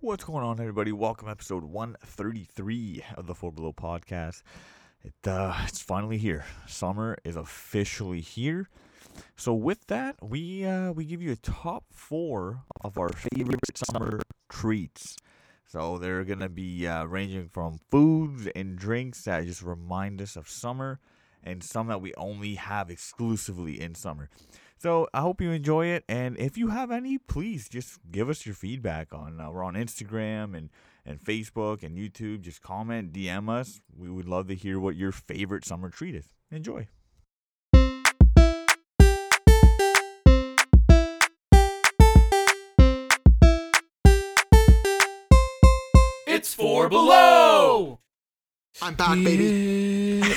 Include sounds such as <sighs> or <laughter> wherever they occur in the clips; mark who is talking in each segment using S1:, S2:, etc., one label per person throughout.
S1: What's going on, everybody? Welcome, to episode one thirty three of the Four Below podcast. It uh, it's finally here. Summer is officially here. So with that, we uh, we give you a top four of our favorite summer treats. So they're gonna be uh, ranging from foods and drinks that just remind us of summer, and some that we only have exclusively in summer. So I hope you enjoy it, and if you have any, please just give us your feedback on. Uh, we're on Instagram and and Facebook and YouTube. Just comment, DM us. We would love to hear what your favorite summer treat is. Enjoy.
S2: It's four below.
S3: I'm back, baby.
S2: Yeah.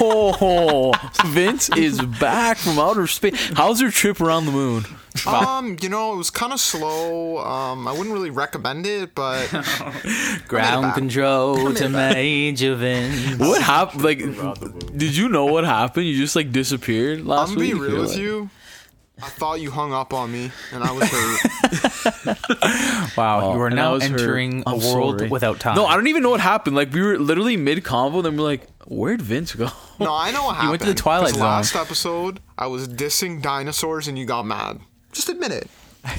S2: oh, Vince is back from outer space. How's your trip around the moon?
S3: Um, you know, it was kind of slow. Um, I wouldn't really recommend it,
S4: <laughs>
S3: but
S4: Ground
S3: back.
S4: control to Major Vince.
S2: What happened? Like, did you know what happened? You just like disappeared
S3: I'm
S2: last
S3: gonna
S2: week.
S3: be real
S2: or
S3: with
S2: what?
S3: you. I thought you hung up on me, and I was
S4: <laughs>
S3: hurt.
S4: <laughs> Wow,
S2: Oh,
S4: you are
S2: and I
S4: now
S2: was her-
S4: entering a
S2: I'm
S4: world
S2: sorry.
S4: without time.
S2: No, I don't even know what happened. Like, we were literally mid convo, then we're like, "Where'd Vince go?" <laughs>
S3: No, I know what happened.
S4: You went to the Twilight
S3: 'cause
S4: Zone.
S3: Last episode, I was dissing dinosaurs, and you got mad. Just admit it.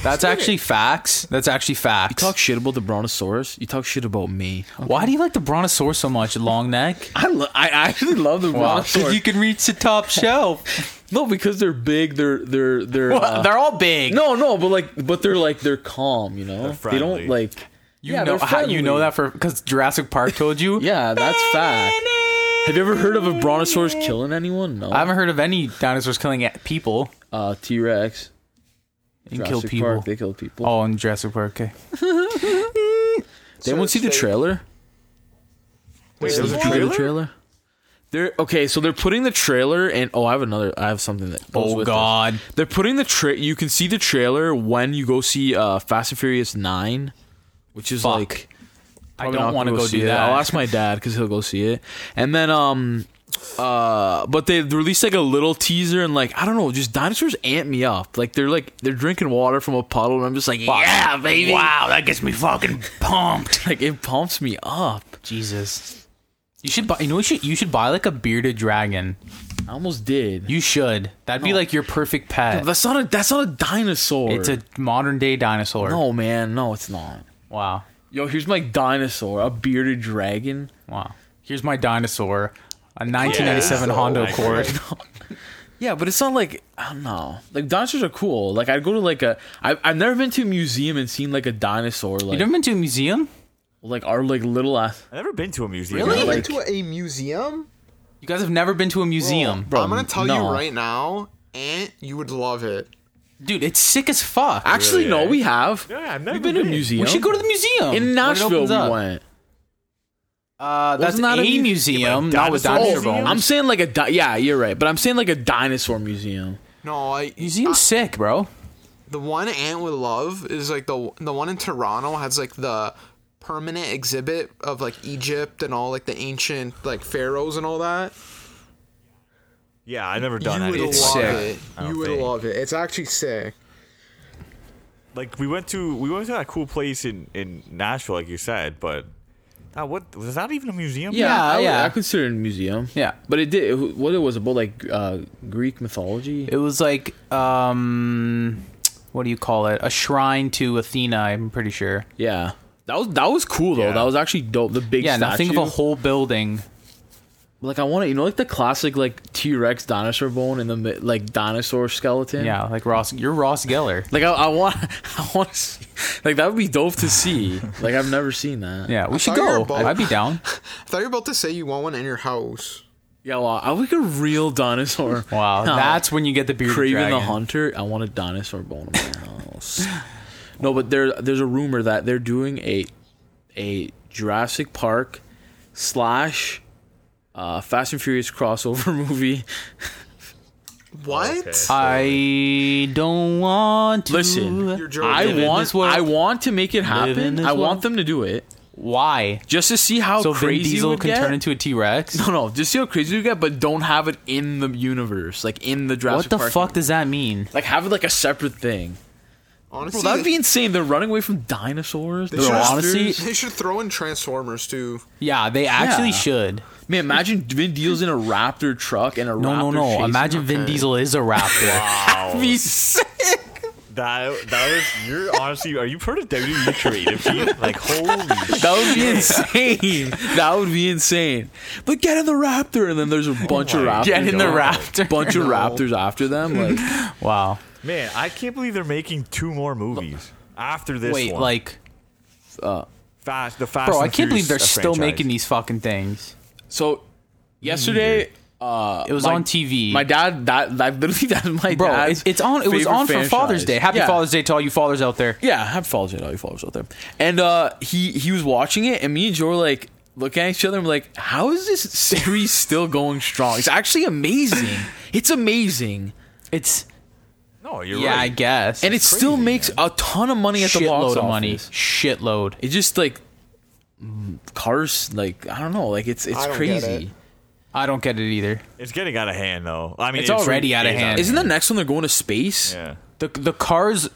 S4: That's actually facts. That's actually facts.
S2: Talk shit about the brontosaurus. You talk shit about me.
S4: Why do you like the brontosaurus so much? Long neck.
S2: I lo- I actually love the brontosaurus.
S4: you <laughs> can reach the top shelf.
S2: no, because they're big. They're they're they're. uh,
S4: They're all big.
S2: No, no, but like, but they're like they're calm, you know.
S1: They're
S2: they
S1: friendly.
S2: don't like.
S4: you
S2: yeah,
S4: know
S2: they're
S4: how you know
S2: friendly.
S4: that for because Jurassic Park told you.
S2: <laughs> Yeah, that's fact. Have you ever heard of a brontosaurus killing anyone? No.
S4: I haven't heard of any dinosaurs killing at- people
S2: Uh, T Rex.
S4: and kill people.
S2: They killed people.
S4: Oh, in Jurassic Park. Okay.
S2: Did anyone see the trailer?
S3: Wait, there's a
S2: Did you see
S3: trailer.
S2: The trailer. They're okay. So they're putting the trailer and oh, I have another. I have something that. Goes
S4: Oh
S2: with
S4: God.
S2: this. They're putting the tra You can see the trailer when you go see uh Fast and Furious Nine, which is
S4: Fuck.
S2: like.
S4: I
S2: Probably
S4: don't
S2: not
S4: want to
S2: gonna
S4: go
S2: see
S4: do
S2: it.
S4: that.
S2: I'll ask my dad because he'll go see it. And then, um, uh, but they released like a little teaser and like I don't know, just dinosaurs amp me up. Like they're like they're drinking water from a puddle, and I'm just like, yeah, <laughs> baby,
S4: Wow, that gets me fucking pumped.
S2: like it pumps me up.
S4: Jesus. You should buy. You know, you should. You should buy like a bearded dragon.
S2: I almost did.
S4: You should. That'd be like your perfect
S2: <laughs>
S4: pet.
S2: that's not a that's not a dinosaur.
S4: It's a modern day dinosaur.
S2: no man, no, it's not.
S4: Wow.
S2: Yo, here's my dinosaur, a bearded dragon.
S4: Wow. Here's my dinosaur, a 1997
S2: Oh
S4: Honda Accord.
S2: Yeah, but it's not like I don't know. Like dinosaurs are cool. Like I'd go to like a I, I've never been to a museum and seen like a dinosaur like
S4: You never been to a museum?
S2: like our like little ass.
S1: I've never been to a museum.
S4: <laughs>
S3: You
S2: Really?
S3: went to a museum.
S4: You guys have never been to a museum,
S2: Bro,
S3: I'm gonna tell
S2: no.
S3: you right now, and you would love it.
S4: dude. It's sick as fuck.
S2: Actually, no, we have.
S1: Yeah, I've never
S2: We've been, to a
S1: been.
S2: museum.
S4: eh? we should go to the museum
S2: in Nashville.
S4: When it opens
S2: We
S4: up.
S2: went.
S4: Uh, that's
S2: Wasn't that
S4: a,
S2: a mu-
S4: museum, not with
S1: dinosaur
S4: dinosaur
S1: museum?
S4: bones.
S2: I'm saying like a di- yeah, you're right, but I'm saying like a dinosaur museum.
S3: No, I
S4: Museum's sick, bro.
S3: The one Ant would love is like the the one in Toronto has like the permanent exhibit of like Egypt and all like the ancient like pharaohs and all that.
S1: Yeah, I've never done
S3: you
S1: that.
S3: would
S1: either.
S3: love
S4: sick.
S1: I
S3: it.
S1: don't
S3: You would
S1: think.
S3: love it. It's actually sick.
S1: Like we went to we went to that cool place in in Nashville, like you said, but. Uh, what was that even a museum?
S4: Yeah,
S2: I, would-
S4: yeah.
S2: I consider it a museum.
S4: Yeah.
S2: but it did. It, what it was about like uh, Greek mythology.
S4: It was like, um, what do you call it? A shrine to Athena. I'm pretty sure.
S2: yeah, that was that was cool though.
S1: Yeah.
S2: That was actually dope. The big
S4: Yeah, now
S2: statue.
S4: think of a whole building.
S2: like I want to you know like the classic like T Rex dinosaur bone and the mi- like dinosaur skeleton.
S4: Yeah, like Ross. You're Ross Geller.
S2: Like I, I want, <laughs> I want to see, like that would be dope to see. Like I've never seen that.
S4: Yeah, we
S3: thought
S4: should
S3: you were
S4: go.
S3: a bald-
S4: I'd be down.
S3: I thought you were about to say you want one in your house.
S2: Yeah, well, I like a real dinosaur.
S4: <laughs> Wow,
S2: <laughs> No.
S4: that's when you get the bearded
S2: Craven
S4: dragon.
S2: the Hunter. I want a dinosaur bone in my house. no, but there, there's a rumor that they're doing a, a Jurassic Park, slash, uh, Fast and Furious crossover <laughs> movie.
S3: What?
S4: Uh, I don't want to.
S2: Listen,
S3: You're joking.
S2: I
S3: Live in
S2: want,
S4: this world.
S2: I want to make it happen.
S4: this
S2: I want
S4: world.
S2: them to do it
S4: Why?
S2: just to see how
S4: So Vin
S2: crazy it
S4: Diesel
S2: would
S4: can
S2: get.
S4: turn into a T Rex.
S2: <laughs> No, no, just see how crazy you get, but don't have it in the universe, like in the Jurassic
S4: What the
S2: Park
S4: fuck does that mean?
S2: Like have it like a separate thing.
S3: Honestly,
S2: Bro, that would
S3: they-
S2: be insane. They're running away from dinosaurs.
S3: they should-
S4: Bro, honestly-
S3: they should throw in Transformers too.
S4: Yeah, they actually
S2: Yeah.
S4: should.
S2: man, imagine Vin Diesel's in a Raptor truck and a
S4: No,
S2: Raptor.
S4: no, no.
S2: chasing
S4: Imagine
S2: him. Oh.
S4: Vin Diesel is a
S2: <laughs>
S4: raptor. That'd be sick.
S1: That that was you're honestly are you part of WWE creative
S4: <laughs>
S1: team? Like holy
S2: That would be insane. that would be insane. But get in the Raptor, and then there's a bunch of Raptors.
S4: Oh Get in the
S2: after-
S4: raptor.
S2: Bunch of Raptors after them. Like,
S4: Wow.
S1: man, I can't believe they're making two more movies after this
S4: Wait,
S1: one.
S4: like,
S1: fast the fast.
S4: bro,
S1: and
S4: I can't believe
S1: Furious,
S4: they're
S1: uh,
S4: still
S1: franchise.
S4: making these fucking things.
S2: so yesterday, uh,
S4: It was
S2: my-
S4: on TV.
S2: My dad, that, that literally, <laughs> that's my
S4: Bro,
S2: dad's
S4: it's, it's on. It was
S2: favorite
S4: on for Father's
S2: franchise.
S4: Day. Happy
S2: Yeah.
S4: Father's Day to all you fathers out there.
S2: Yeah, have followed it. All you followers out there. And uh, he he was watching it, and me and Joe were like looking at each other. and we're like, how is this <laughs> series still going strong? It's actually amazing. It's amazing,
S4: It's
S1: No, you're
S4: yeah, I
S1: right.
S4: guess.
S2: and it still makes a ton of money at the box
S4: shitload of
S2: office.
S4: money. Shitload.
S2: It's just like mm, cars. Like I don't know. Like it's it's
S3: I don't get
S2: crazy.
S3: it.
S4: I don't get it either.
S1: It's getting out of hand though. I mean,
S4: It's already out of
S1: it is
S4: hand.
S2: Isn't the next one they're going to space?
S1: Yeah.
S4: The the cars.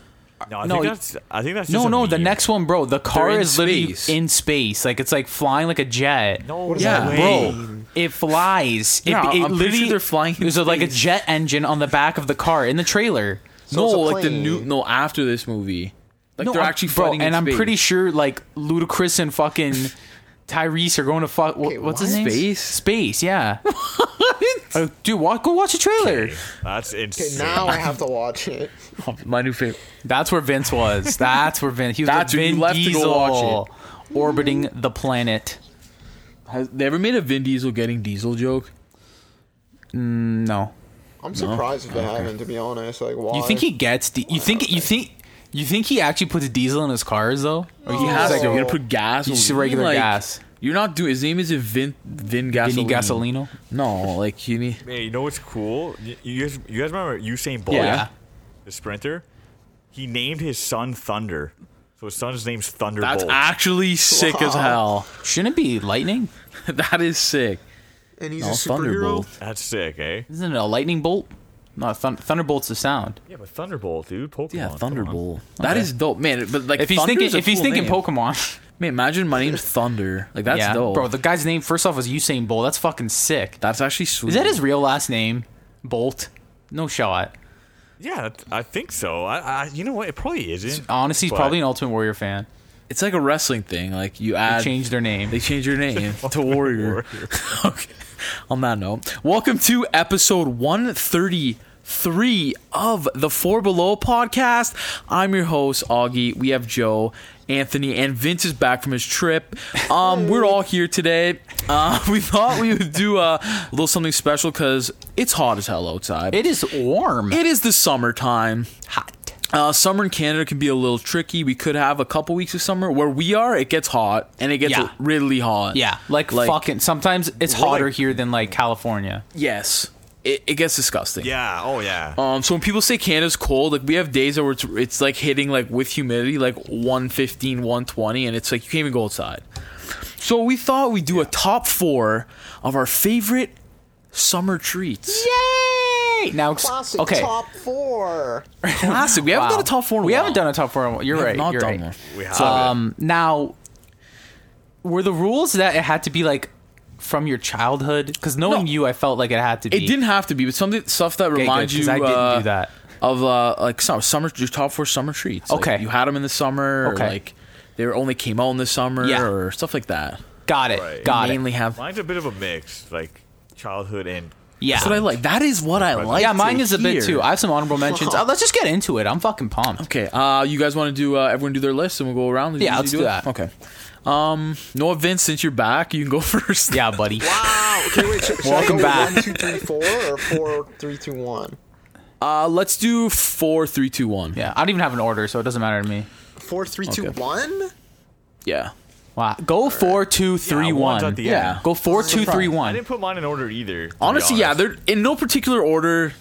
S1: No, I
S4: No,
S1: think
S4: it-
S1: that's. I think that's. just
S4: No,
S1: a
S4: no, the
S1: meme.
S4: next one, bro. The car
S2: in
S4: is literally
S2: space.
S4: in space. Like it's like flying like a jet.
S1: No,
S3: does
S2: Yeah,
S1: yeah,
S2: that
S1: bro.
S4: Bro, it flies. It,
S2: Yeah,
S4: it
S2: I'm pretty
S4: literally
S2: sure they're flying in
S4: There's a- like a
S2: space.
S4: jet engine on the back of the car in the trailer.
S2: no,
S3: it's a
S2: like the
S3: plane.
S2: new no after this movie. Like they're
S4: I'm-
S2: actually
S4: bro,
S2: fighting,
S4: and
S2: in
S4: I'm
S2: space.
S4: pretty sure like Ludacris
S2: <laughs>
S4: and fucking Tyrese are going to fuck.
S3: Okay,
S4: what's
S3: what?
S4: his name?
S2: Space? <laughs>
S4: Space. Yeah. Uh, dude, wa- go watch the trailer.
S1: That's
S3: Okay,
S1: insane.
S3: now I have to watch it.
S2: my new favorite.
S4: That's where Vince
S2: <laughs>
S4: was. That's where Vince. He was
S2: That's
S4: a
S2: who you
S4: Vin
S2: left to go
S4: Diesel
S2: watch
S4: orbiting the planet.
S2: Has they ever made a Vin Diesel getting Diesel joke?
S4: No.
S3: I'm surprised if they haven't, to be honest. Like, why?
S4: You think he gets? D- you think? You think? You think he actually puts diesel in his cars though? Or
S2: He has
S3: like
S2: to.
S3: a-
S2: You're gonna put gas.
S4: He's just
S2: or-
S4: regular
S2: like,
S4: gas.
S2: You're not doing. His name is Vin Vin
S4: Vinny
S2: Gasolino.
S4: Gasolino.
S2: No, like you need.
S1: Man, you know what's cool? Y- You guys, you guys remember Usain Bolt,
S2: Yeah.
S1: the sprinter? He named his son Thunder, so his son's name's Thunderbolt.
S2: That's actually sick as hell.
S4: Shouldn't it be lightning?
S2: <laughs> That is sick.
S3: And he's
S2: No,
S3: a
S4: Oh,
S3: superhero.
S2: Thunderbolt.
S1: That's sick, eh?
S4: Isn't it a lightning bolt? No, thun- thunderbolt's the sound.
S1: Yeah, but Thunderbolt, dude, Pokemon.
S2: Yeah,
S1: come on.
S2: Thunderbolt. That
S4: Okay.
S2: is dope, man. But like,
S4: If he's
S2: Thunder is
S4: thinking,
S2: a
S4: if he's
S2: cool
S4: thinking
S2: name.
S4: Pokemon,
S2: man, imagine my
S4: <laughs>
S2: name's Thunder. Like <laughs> that's
S4: yeah,
S2: dope,
S4: bro. The guy's name first off was Usain Bolt. That's fucking sick.
S2: that's actually sweet.
S4: Is that his real last name? Bolt? No shot.
S1: Yeah, th- I think so. I, I, you know what? It probably isn't.
S4: Honestly, he's
S1: But-
S4: probably an Ultimate Warrior fan.
S2: It's like a wrestling thing. Like you add.
S4: They changed their name.
S2: They change your name to Warrior. <laughs> okay. On that note, welcome to episode 133 of the Four Below podcast. I'm your host, Augie. We have Joe, Anthony, and Vince is back from his trip. Um, we're all here today. Uh, <laughs> we thought we would do uh, a little something special because it's hot as hell outside.
S4: It is warm.
S2: it is the summertime.
S4: hot.
S2: Uh, summer in Canada can be a little tricky. We could have a couple weeks of summer where we are. It gets hot and it gets
S4: Yeah.
S2: really hot.
S4: Yeah, like, fucking. Sometimes it's hotter here than like California.
S2: Yes, it, it gets disgusting.
S1: Yeah. Oh yeah.
S2: Um. So when people say Canada's cold, like we have days where it's, it's like hitting like with humidity like 115, 120, and it's like you can't even go outside. So we thought we'd do a top four of our favorite summer treats.
S4: Yay! Now, ex-
S3: Classic
S2: <laughs>
S4: okay.
S3: top four.
S2: Classic. We haven't
S4: Wow.
S2: done a top four. In a
S4: We
S2: while.
S4: haven't done a top four. In a while. You're
S2: We have
S4: right.
S2: Not
S4: you're
S2: done
S4: right.
S2: one.
S1: we have
S4: Um, now, were the rules that it had to be like from your childhood? Because knowing
S2: No.
S4: you, I felt like it had to be.
S2: It didn't have to be, but something stuff that
S4: Okay,
S2: reminds
S4: good, 'cause
S2: you.
S4: I didn't
S2: uh,
S4: do that.
S2: Of uh, like some summer, your top four summer treats. Like,
S4: Okay.
S2: you had them in the summer. Or
S4: Okay.
S2: like they were only came out in the summer,
S4: Yeah.
S2: or stuff like that.
S4: Got it.
S1: Right.
S4: Got
S2: Mainly
S4: it.
S2: have.
S1: Mine's a bit of a mix, like childhood and.
S4: Yeah.
S2: That's what I like. That is what I like.
S4: yeah,
S2: to
S4: mine is a bit
S2: hear.
S4: too. I have some honorable mentions. Uh, let's just get into it. I'm fucking pumped.
S2: okay. Uh, you guys want to do uh, everyone do their list and we'll go around. and
S4: Yeah,
S2: you
S4: let's do
S2: it?
S4: that.
S2: Okay. Um, no Vince, since you're back, you can go <laughs> first.
S4: Yeah, buddy.
S3: Wow. Okay, wait. Should, should
S4: Welcome
S3: I go
S4: back.
S3: One, two, three, four, or four, three, two, one.
S2: Uh, let's do four, three, two, one.
S4: Yeah, I don't even have an order, so it doesn't matter to me.
S3: Four, three, two,
S2: Okay.
S3: one?
S2: Yeah.
S4: Wow. Go four, two, three,
S1: Yeah,
S4: one.
S1: one's at the
S2: Yeah.
S1: end.
S4: Go four, two, three,
S1: I
S4: one.
S1: didn't put mine in order either. to be
S2: Honestly, yeah,
S1: honest.
S2: they're in no particular order.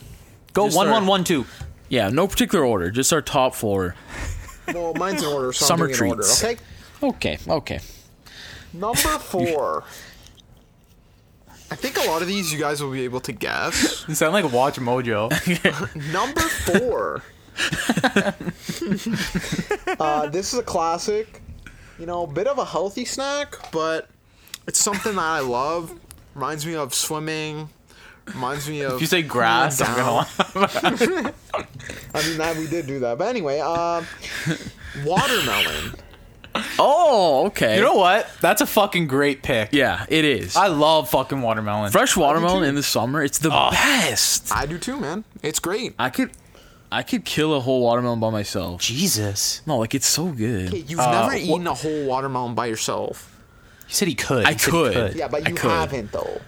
S4: Go
S2: Just
S4: one,
S2: our-
S4: one,
S2: <laughs>
S4: one, two.
S2: Yeah, no particular order. Just our top four.
S3: Well, mine's in order. So I'm
S2: Summer
S3: doing it in
S2: treats.
S3: Order, okay.
S2: Okay. Okay.
S4: <laughs>
S3: Number four. I think a lot of these you guys will be able to guess.
S4: You sound like Watch Mojo. <laughs>
S3: Number four Uh, this is a classic. You know, bit of a healthy snack, but it's something that I love. Reminds me of swimming. Reminds me of.
S4: If you
S2: <laughs>
S4: say grass, I'm gonna laugh.
S3: I mean, that we did do that, but anyway, uh,
S4: <laughs>
S3: watermelon.
S2: Oh, okay.
S4: <laughs> You know what? That's a fucking great pick.
S2: yeah, it is.
S4: I love fucking watermelon.
S2: Fresh watermelon in the summer, it's the
S4: Oh.
S2: best.
S3: I do too, man. It's
S4: Uh,
S3: great.
S2: I could, I could kill a whole watermelon by myself.
S4: Jesus.
S2: No, like it's so good.
S3: You've
S4: Uh,
S3: never
S4: wha-
S3: eaten a whole watermelon by yourself.
S4: He said he could.
S2: I
S4: He said he
S2: could.
S3: Yeah, but
S2: I
S3: you
S2: could.
S3: haven't though.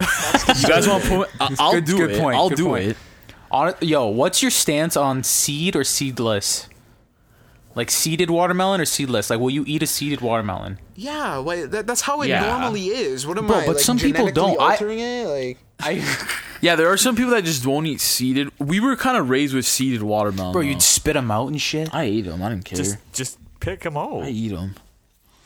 S2: You guys want to put? I- I'll
S4: Good-
S2: do
S4: good
S2: it.
S4: point,
S2: I'll
S4: good
S2: do
S4: point.
S2: it.
S4: Hon- Yo, what's your stance on seed or seedless? Like seeded watermelon or seedless? Like, will you eat a seeded watermelon?
S3: Yeah, like, that, that's how it
S2: Yeah.
S3: normally is. What am
S4: Bro,
S3: I?
S4: but
S3: like,
S4: some people
S3: genetically
S4: don't. I-
S3: Altering it, like
S2: <laughs>
S4: I,
S2: Yeah, there are some people that just won't eat seeded. We were kind of raised with seeded watermelon.
S4: bro,
S2: though.
S4: you'd spit them out and shit.
S2: I eat them. I don't care.
S1: Just just pick them out.
S2: I eat them.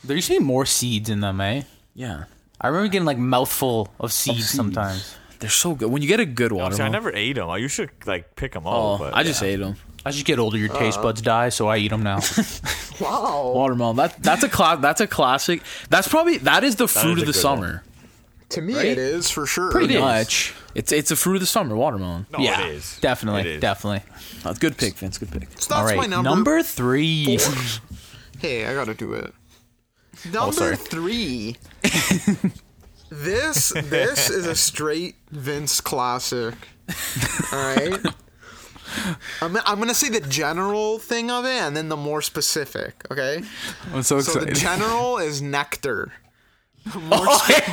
S4: There used to be more seeds in them, eh?
S2: Yeah,
S4: I remember getting like mouthful of seeds,
S2: seeds.
S4: sometimes.
S2: they're so good. When you get a good watermelon,
S1: See, I never ate them. I used to like pick them
S2: Oh,
S1: out, but
S2: I just ate them.
S4: As you get older, your taste buds die, so I eat them <laughs> now.
S3: wow.
S2: Watermelon. That that's a cla- That's a classic. That's probably that is the fruit
S1: is
S2: of
S1: a
S2: the
S1: good
S2: summer.
S3: to me,
S2: Right?
S3: it is for sure.
S2: Pretty
S4: is.
S2: much. It's it's a fruit of the summer watermelon.
S1: no,
S4: yeah,
S1: oh, it is
S4: definitely,
S1: It is.
S4: definitely.
S2: That's good pick, Vince. Good pick.
S3: So
S4: All
S3: that's
S4: right,
S3: my number.
S4: number three.
S3: Hey, I gotta do it. Number
S4: sorry.
S3: three. this this is a straight Vince classic. All right. I'm, I'm gonna say the general thing of it, and then the more specific. Okay.
S4: I'm so
S3: So the
S4: excited.
S3: general is nectar. More sp- <laughs>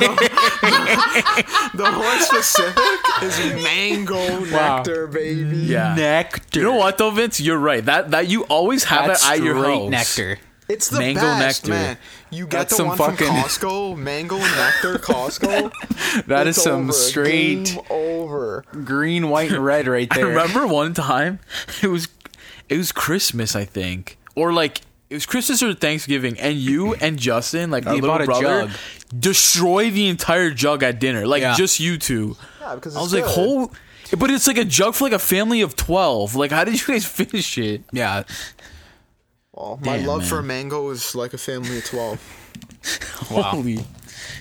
S3: the more specific is mango nectar, baby.
S2: Yeah.
S4: nectar.
S2: You know what though, Vince? You're right. That that you always have
S4: That's
S2: that at your
S4: straight
S2: house. <laughs>
S4: nectar.
S3: It's the
S2: Mango
S3: best,
S2: nectar.
S3: man. You get
S4: That's
S3: the
S4: some
S3: one
S4: fucking-
S3: from Costco, mango and nectar Costco.
S4: That
S3: It's
S4: is some
S3: over.
S4: straight
S3: Game over.
S4: green, white, and red right
S2: <laughs> I
S4: there.
S2: remember one time it was it was Christmas, I think, or like it was Christmas or Thanksgiving, and you and Justin, like our
S4: You
S2: little
S4: bought a
S2: brother,
S4: jug.
S2: destroy the entire jug at dinner, like
S4: Yeah.
S2: just you two.
S3: Yeah, because
S2: I
S3: it's
S2: was like,
S3: good.
S2: whole, but it's like a jug for like a family of twelve. Like, how did you guys <laughs> finish it?
S4: Yeah,
S3: Oh, my
S2: Damn,
S3: love
S2: man.
S3: for mango is like a family of twelve.
S4: Wow.
S2: Holy,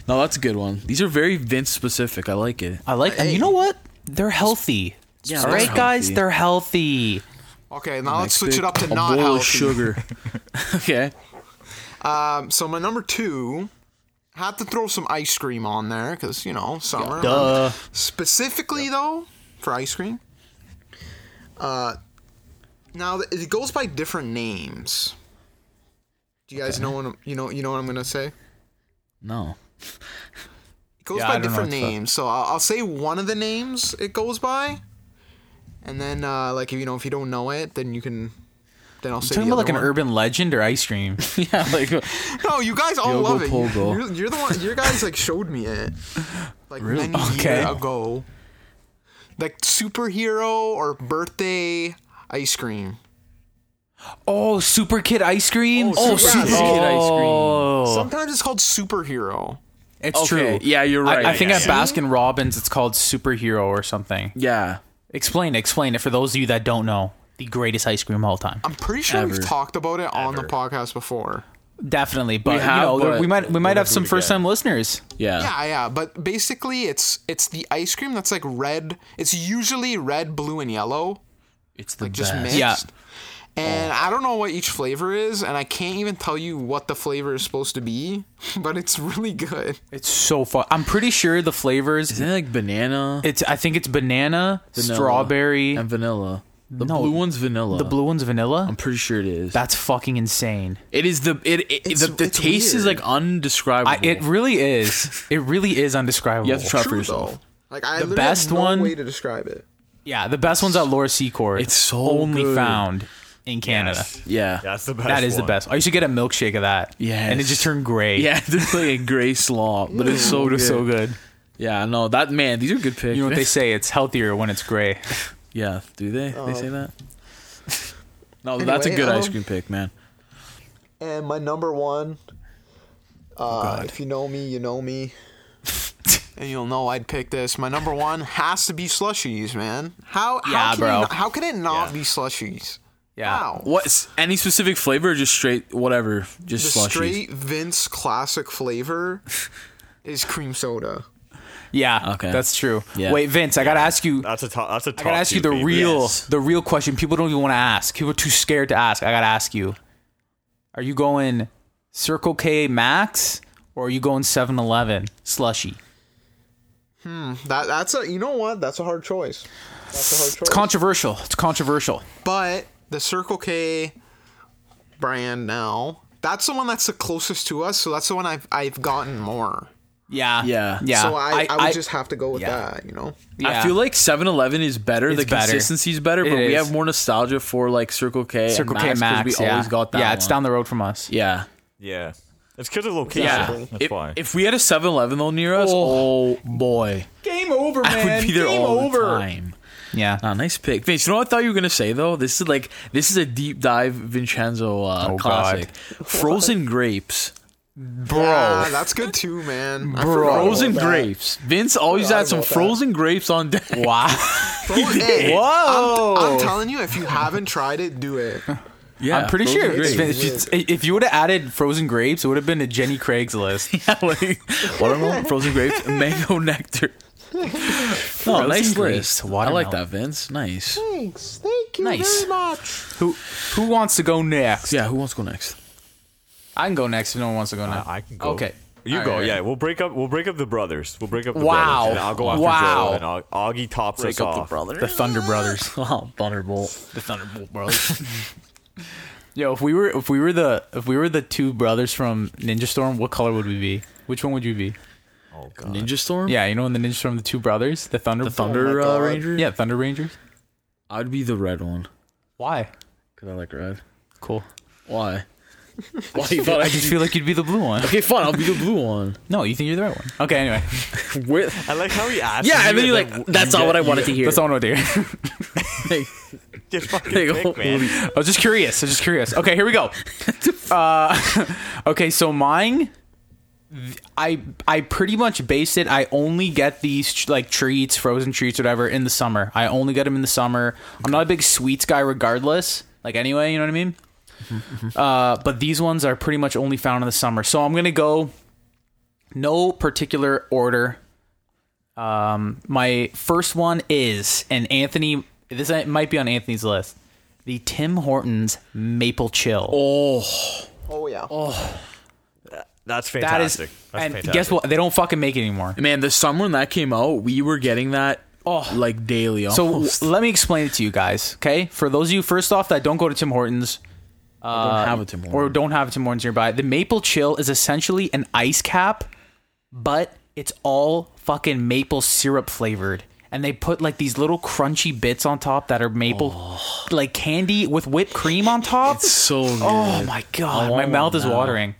S2: no, that's a good one. These are very Vince specific. I like it.
S4: I like. And you know what? They're healthy.
S2: Yeah,
S4: right,
S2: they're
S4: guys.
S2: healthy.
S4: They're healthy.
S3: Okay, now let's switch
S2: Thick,
S3: it up to
S2: a
S3: not
S2: bowl
S3: healthy.
S2: of sugar. <laughs> okay, <laughs>
S3: Um, so my number two had to throw some ice cream on there because you know summer. Um,
S4: Duh.
S3: Specifically though, for ice cream. Uh, now th- it goes by different names. Do you guys know what I'm, you know? You know what I'm gonna say.
S2: no.
S3: It goes
S4: Yeah, I
S3: by
S4: don't know
S3: different
S4: what's up.
S3: names, so I'll, I'll say one of the names it goes by, and then uh, like if you know if you don't know it, then you can. Then I'll say.
S4: Talking
S3: the
S4: about like
S3: other
S4: an
S3: one.
S4: urban legend or
S2: <laughs>
S4: ice cream.
S2: Yeah, like
S3: No, you guys all
S2: Yogo
S3: love it. You-
S2: Pogo.
S3: You're, you're the one. Your guys like showed me it, like many
S4: Okay.
S3: year ago. Like superhero or birthday ice cream.
S4: Oh, Super Kid ice cream.
S2: oh,
S3: Yeah,
S2: super
S3: so-
S2: kid ice cream.
S4: Oh,
S3: Sometimes it's called superhero.
S4: it's
S2: Okay,
S4: true.
S2: yeah, you're
S4: I-
S2: right.
S4: I, think
S2: Yeah,
S4: at Baskin Robbins, it's called superhero or something.
S2: Yeah.
S4: Explain, explain it for those of you that don't know. The greatest ice cream of all time,
S3: I'm pretty sure
S2: Ever.
S3: we've talked about it on the
S1: Ever.
S3: podcast before.
S4: definitely. But
S2: have,
S4: you know, there-
S2: but
S4: we might we might have
S1: do
S4: some
S1: it
S4: first time listeners.
S2: Yeah.
S3: Yeah, yeah, but basically it's it's the ice cream that's like red. It's usually red, blue, and yellow,
S2: It's the
S3: just
S2: best.
S3: mixed.
S4: Yeah.
S3: And I don't know what each flavor is, and I can't even tell you what the flavor is supposed to be, <laughs> but it's really good.
S4: It's so fun. I'm pretty sure the flavors.
S2: Isn't it like banana
S4: It's I think it's banana,
S2: Vanilla.
S4: strawberry.
S2: and vanilla? The
S4: No,
S2: blue one's vanilla.
S4: the blue one's vanilla.
S2: I'm pretty sure it is.
S4: That's fucking insane.
S2: it is the it, it
S3: It's-
S2: the, the
S3: it's
S2: taste is
S3: weird.
S2: like undescribable.
S4: I, it really is. it really is undescribable.
S2: you have to try it for
S3: True,
S2: yourself.
S3: though. Like I the
S4: best
S3: have no
S4: one-
S3: way to describe it.
S4: Yeah, the best one's at Laura Secord.
S2: It's so
S4: only
S2: good.
S4: found in Canada.
S1: Yes.
S2: Yeah.
S1: that's the best.
S4: That is the
S1: one.
S4: best. I used to get a milkshake of that.
S2: Yes.
S4: and it just turned gray.
S2: Yeah, <laughs> it's like a gray slaw, but it's so
S4: it
S2: good.
S4: was so good.
S2: Yeah, no, that man, these are good picks.
S4: You know
S2: <laughs>
S4: what they
S2: man.
S4: say? It's healthier when it's gray.
S2: Yeah, do they? they say that. <laughs> No,
S3: Anyway,
S2: that's a good ice
S3: um,
S2: cream pick, man.
S3: And my number one, uh, if you know me, you know me. and you'll know I'd pick this. My number one has to be slushies, man. How how
S4: Yeah,
S3: can
S4: bro.
S3: It not, how can it not
S1: Yeah.
S3: be slushies?
S4: Yeah.
S3: How?
S2: What any specific flavor or just straight whatever?
S3: The
S2: Just slushies.
S3: straight Vince classic flavor is cream soda.
S4: Yeah.
S2: Okay.
S4: That's true.
S2: Yeah.
S4: Wait, Vince, I gotta ask you.
S1: That's a top. That's a top.
S4: I gotta ask
S1: two
S4: you the
S1: favorite.
S4: real,
S2: Yes.
S4: the real question. People don't even want to ask. People are too scared to ask. I gotta ask you: Are you going Circle K Max or are you going 7-Eleven slushy?
S3: That that's a you know what? That's a hard choice. That's a hard choice.
S4: It's controversial. It's controversial.
S3: but the Circle K brand now, that's the one that's the closest to us. So that's the one I've I've gotten more.
S4: Yeah.
S2: Yeah.
S4: Yeah.
S3: So I, I, would just have to go with
S4: Uh, yeah.
S3: that. You know.
S2: I
S4: yeah.
S2: feel like 7-Eleven is better.
S4: It's
S2: the
S4: better.
S2: consistency's better,
S4: It
S2: but we
S4: is.
S2: have more nostalgia for like Circle K. and
S4: Circle K
S2: 'cause
S4: Max.
S2: We
S4: yeah.
S2: always got that.
S4: Yeah, it's
S2: one.
S4: down the road
S3: <laughs>
S4: from us.
S2: Yeah.
S1: Yeah, it's because of location.
S2: Yeah.
S1: That's
S2: If,
S1: why.
S2: if we had a 7-Eleven though near us, oh, boy,
S4: Game over, man.
S2: I would be there all the time.
S4: Yeah.
S2: Ah, nice pick, Vince. You know what I thought you were gonna say though? This is like this is a deep dive Vincenzo uh,
S4: God.
S2: classic. Frozen grapes.
S4: Bro.
S3: Yeah, that's good too, Oh, man. I forgot about
S2: Frozen
S3: that.
S2: grapes. Vince always Oh, had some
S3: about that.
S2: frozen grapes on deck.
S4: Wow.
S3: Hey,
S4: Whoa.
S3: I'm telling you, if you haven't tried it, do
S4: <laughs>
S3: it.
S2: Yeah,
S4: I'm pretty
S2: frozen
S4: sure
S2: grapes.
S4: if, if- if you would have added frozen grapes, it would have been a Jenny Craig's
S2: <laughs>
S4: list.
S2: Yeah, like
S4: <laughs>
S2: watermelon, frozen <laughs> grapes, mango nectar. Oh, nice
S4: grapes,
S2: list. I like
S4: watermelon.
S2: that, Vince. Nice.
S3: Thanks. Thank you
S4: Nice. very
S3: much.
S4: Who who wants to go next?
S2: Yeah, who wants to go next?
S4: I can go next if no one wants to go next.
S1: I can go.
S4: Okay.
S1: You
S4: All
S1: go.
S4: right.
S1: Yeah, we'll break up. We'll break up the brothers. We'll break up. The
S4: Wow.
S1: Brothers, and I'll go after
S4: Wow.
S1: Joe, and I'll, Augie tops us off.
S4: The Thunder Brothers.
S2: <laughs> Oh, Thunderbolt.
S4: The Thunderbolt Brothers. <laughs> Yo, if we were if we were the if we were the two brothers from Ninja Storm, what color would we be? Which one would you be?
S1: Oh god.
S2: Ninja Storm?
S4: Yeah, you know in the Ninja Storm, the two brothers, the Thunder
S2: The Thunder
S3: my
S2: uh,
S3: God.
S2: Ranger?
S4: Yeah, Thunder Rangers.
S2: I'd be the red one.
S4: Why?
S2: Because I like red.
S4: Cool. <laughs>
S2: Why? Why you thought
S4: I
S2: <laughs> I
S4: just
S2: could
S4: feel like you'd be the blue one.
S2: Okay, fine. I'll be the blue
S4: <laughs>
S2: one.
S4: No, you think you're the right one. Okay, anyway,
S2: Where-
S1: I like how
S4: <laughs>
S1: he asked.
S2: yeah,
S1: you
S2: and then you're like,
S1: w-
S2: that's
S1: you
S2: not
S1: get-
S2: what I
S1: you
S2: wanted to hear.
S4: that's all I want to hear.
S2: Hey,
S1: Just
S4: <laughs>
S1: fucking
S2: Hey,
S1: pick, man.
S4: I was just curious. I was just curious. Okay, here we go. Uh, <laughs> okay, so mine, th- I I pretty much base it. I only get these tr- like treats, frozen treats, whatever, in the summer. I only get them in the summer. I'm not a big sweets guy, regardless. Like anyway, you know what I mean. Uh, but these ones are pretty much only found in the summer. So I'm gonna go, no particular order. Um, my first one is, and Anthony, this might be on Anthony's list, the Tim Hortons Maple Chill.
S3: Oh
S4: <laughs>
S3: yeah.
S1: That's
S4: that is,
S1: fantastic. that's
S4: and
S1: fantastic.
S4: guess what? They don't fucking make it anymore.
S2: man, the summer when that came out, we were getting that
S4: Oh.
S2: like daily. Oh,
S4: So w-
S2: almost.
S4: let me explain it to you guys, okay? For those of you, first off, that don't go to Tim Hortons
S2: I don't have it tomorrow.
S4: uh, or don't have Tim Hortons nearby, the Maple Chill is essentially an ice cap, but it's all fucking maple syrup flavored. And they put like these little crunchy bits on top that are maple, like candy with whipped cream on top.
S2: so good.
S4: Oh my god, my
S2: want
S4: mouth
S2: one
S4: is
S2: now.
S4: watering.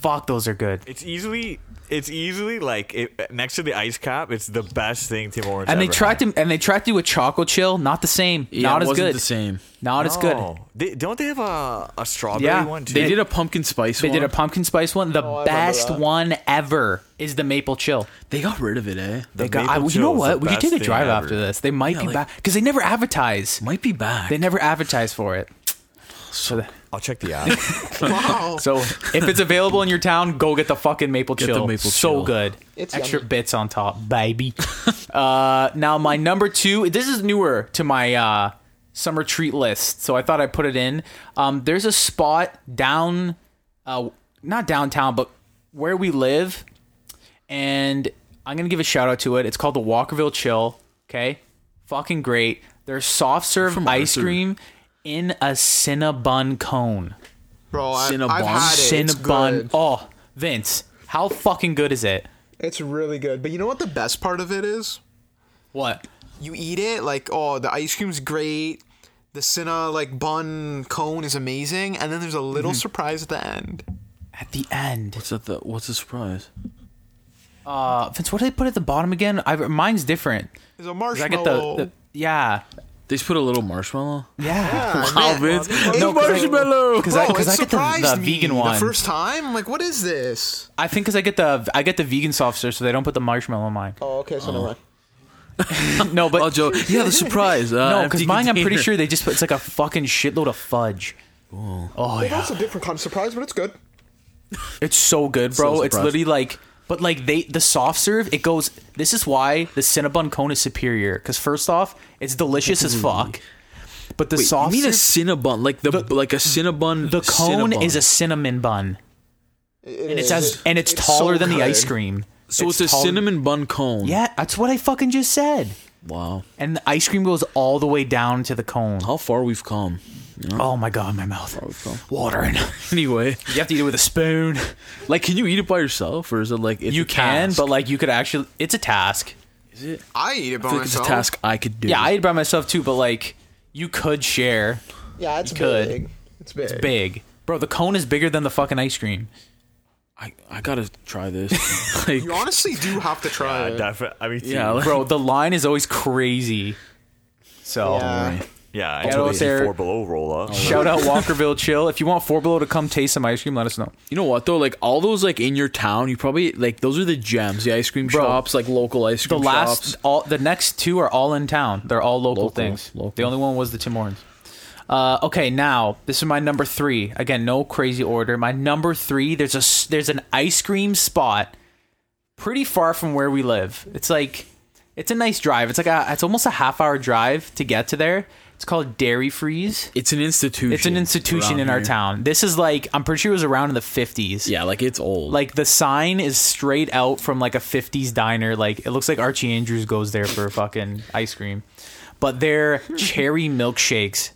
S4: Fuck, those are good.
S1: It's easily, it's easily like it, next to the ice cap. It's the best thing Tim Hortons.
S4: And they
S1: ever
S4: tried
S1: had.
S4: to and they tried to do a chocolate chill, not the same,
S2: Yeah, it
S4: not as
S2: wasn't
S4: good,
S2: the same.
S4: not as good.
S1: No. They, don't they have a, a strawberry
S4: Yeah,
S1: one too?
S2: They did a pumpkin spice
S4: They
S2: one.
S4: did a pumpkin spice one.
S3: I
S4: The
S3: remember
S4: best
S3: that.
S4: one ever is the maple chill.
S2: They got rid of it, eh?
S1: The
S4: They got, I,
S1: maple
S4: you
S1: chill
S4: know
S1: is the
S4: what? We should
S1: best
S4: take a
S1: thing
S4: drive
S1: ever.
S4: after this. They might
S2: Yeah,
S4: be
S2: like-
S4: back because they never advertise.
S2: Might be back.
S4: They never advertise for it.
S1: I'll check the
S4: <laughs>
S1: app.
S3: Wow.
S4: So <laughs> if it's available in your town, go get the fucking maple
S2: the
S4: chill.
S2: maple
S4: so
S2: chill.
S4: good.
S3: It's
S4: Extra
S3: yummy.
S4: bits on top, baby. <laughs> uh, now my number two. This is newer to my uh, summer treat list, so I thought I'd put it in. Um, there's a spot down, uh, not downtown, but where we live, and I'm gonna give a shout out to it. It's called the Walkerville Chill. Okay, fucking great. There's soft serve
S2: From
S4: ice
S2: Arthur.
S4: cream in a Cinnabon cone.
S3: Bro, I,
S2: Cinnabon.
S3: I've had it. It's
S4: Cinnabon.
S3: good.
S4: Oh, Vince, how fucking good is it?
S3: It's really good. But you know what the best part of it is?
S4: What?
S3: You eat it like, oh, the ice cream's great. The cinna like bun cone is amazing, and then there's a little surprise at the end.
S4: At the end.
S2: What's that? The, what's the surprise?
S4: Uh, Vince, what did I put at the bottom again? I, mine's different.
S3: There's a
S4: 'Cause I
S3: marshmallow.
S4: get the, the yeah.
S2: They just put a little marshmallow.
S4: Yeah.
S3: Yeah,
S2: Wow,
S3: Ah, man.
S2: Vince.
S4: No,
S2: No
S4: 'cause I-
S2: marshmallow.
S4: 'cause I-
S3: Bro, it
S4: 'cause I get the-
S3: surprised
S4: the
S3: me
S4: vegan one.
S3: the first time. I'm like, what is this?
S4: I think because I get the I get the vegan soft serve, so they don't put the marshmallow in mine.
S3: Oh, okay, so never mind.
S4: No, but <laughs>
S2: Oh, Joe. Yeah, the surprise. Uh,
S4: no, because
S2: empty
S4: mine, I'm pretty
S2: container.
S4: sure they just put it's like a fucking shitload of fudge. Oh
S3: Well,
S4: yeah,
S3: that's a different kind of surprise, but it's good.
S4: it's so good, bro.
S2: So
S4: it's
S2: surprised.
S4: literally like, but like they the soft serve, it goes. This is why the Cinnabon cone is superior. Because first off, it's delicious as fuck. But the
S2: Wait,
S4: soft
S2: you mean a
S4: serve,
S2: Cinnabon, like the, like a Cinnabon.
S4: the cone
S2: Cinnabon.
S4: is a cinnamon bun, and it's as and it's, taller than the ice cream.
S2: so it's, a
S4: taller-
S2: cinnamon bun cone.
S4: Yeah, that's what I fucking just said.
S2: Wow.
S4: And the ice cream goes all the way down to the cone.
S2: How far we've come.
S4: Oh my god, my mouth.
S2: come.
S4: <laughs> Watering.
S2: Anyway,
S4: You have to eat it with a spoon.
S2: like, can you eat it by yourself, or is it like it's
S4: you
S2: a
S4: can,
S2: task?
S4: but like you could actually it's a task.
S3: I eat it by
S2: I feel like it's a
S3: myself.
S2: task I could do.
S4: Yeah, I ate it by myself too, but like you could share
S3: Yeah, it's
S4: You could.
S3: big. It's big.
S4: big. Bro, the cone is bigger than the fucking ice cream.
S2: I, I gotta try
S4: <laughs>
S2: this. like,
S3: You honestly do have to try
S1: I,
S3: it.
S1: defi- I mean,
S2: yeah,
S1: yeah,
S2: like,
S4: Bro, the line is always crazy. So
S3: Yeah.
S1: yeah. I
S4: Get
S1: totally
S4: out
S1: see
S4: there.
S1: four below roll up.
S4: <laughs> shout out Walkerville Chill. If you want four below to come taste some ice cream, let us know.
S2: you know what though? Like all those like in your town, you probably like those are the gems. The ice cream
S4: Bro,
S2: shops, like local ice
S4: The
S2: cream
S4: last
S2: shops.
S4: all the next two are all in town. They're all local,
S2: Local,
S4: things.
S2: local.
S4: The only one was the Timorans. Uh, okay, now this is my number three. Again, no crazy order. My number three. There's a s- there's an ice cream spot pretty far from where we live. It's like it's a nice drive. It's like a, it's almost a half hour drive to get to there. It's called Dairy Freeze.
S2: It's an institution.
S4: It's an institution
S2: around
S4: in our
S2: here.
S4: town. This is like I'm pretty sure it was around in the 50s.
S2: Yeah, like it's old.
S4: Like the sign is straight out from like a 50s diner. Like it looks like Archie Andrews goes there for fucking ice cream. But their cherry milkshakes.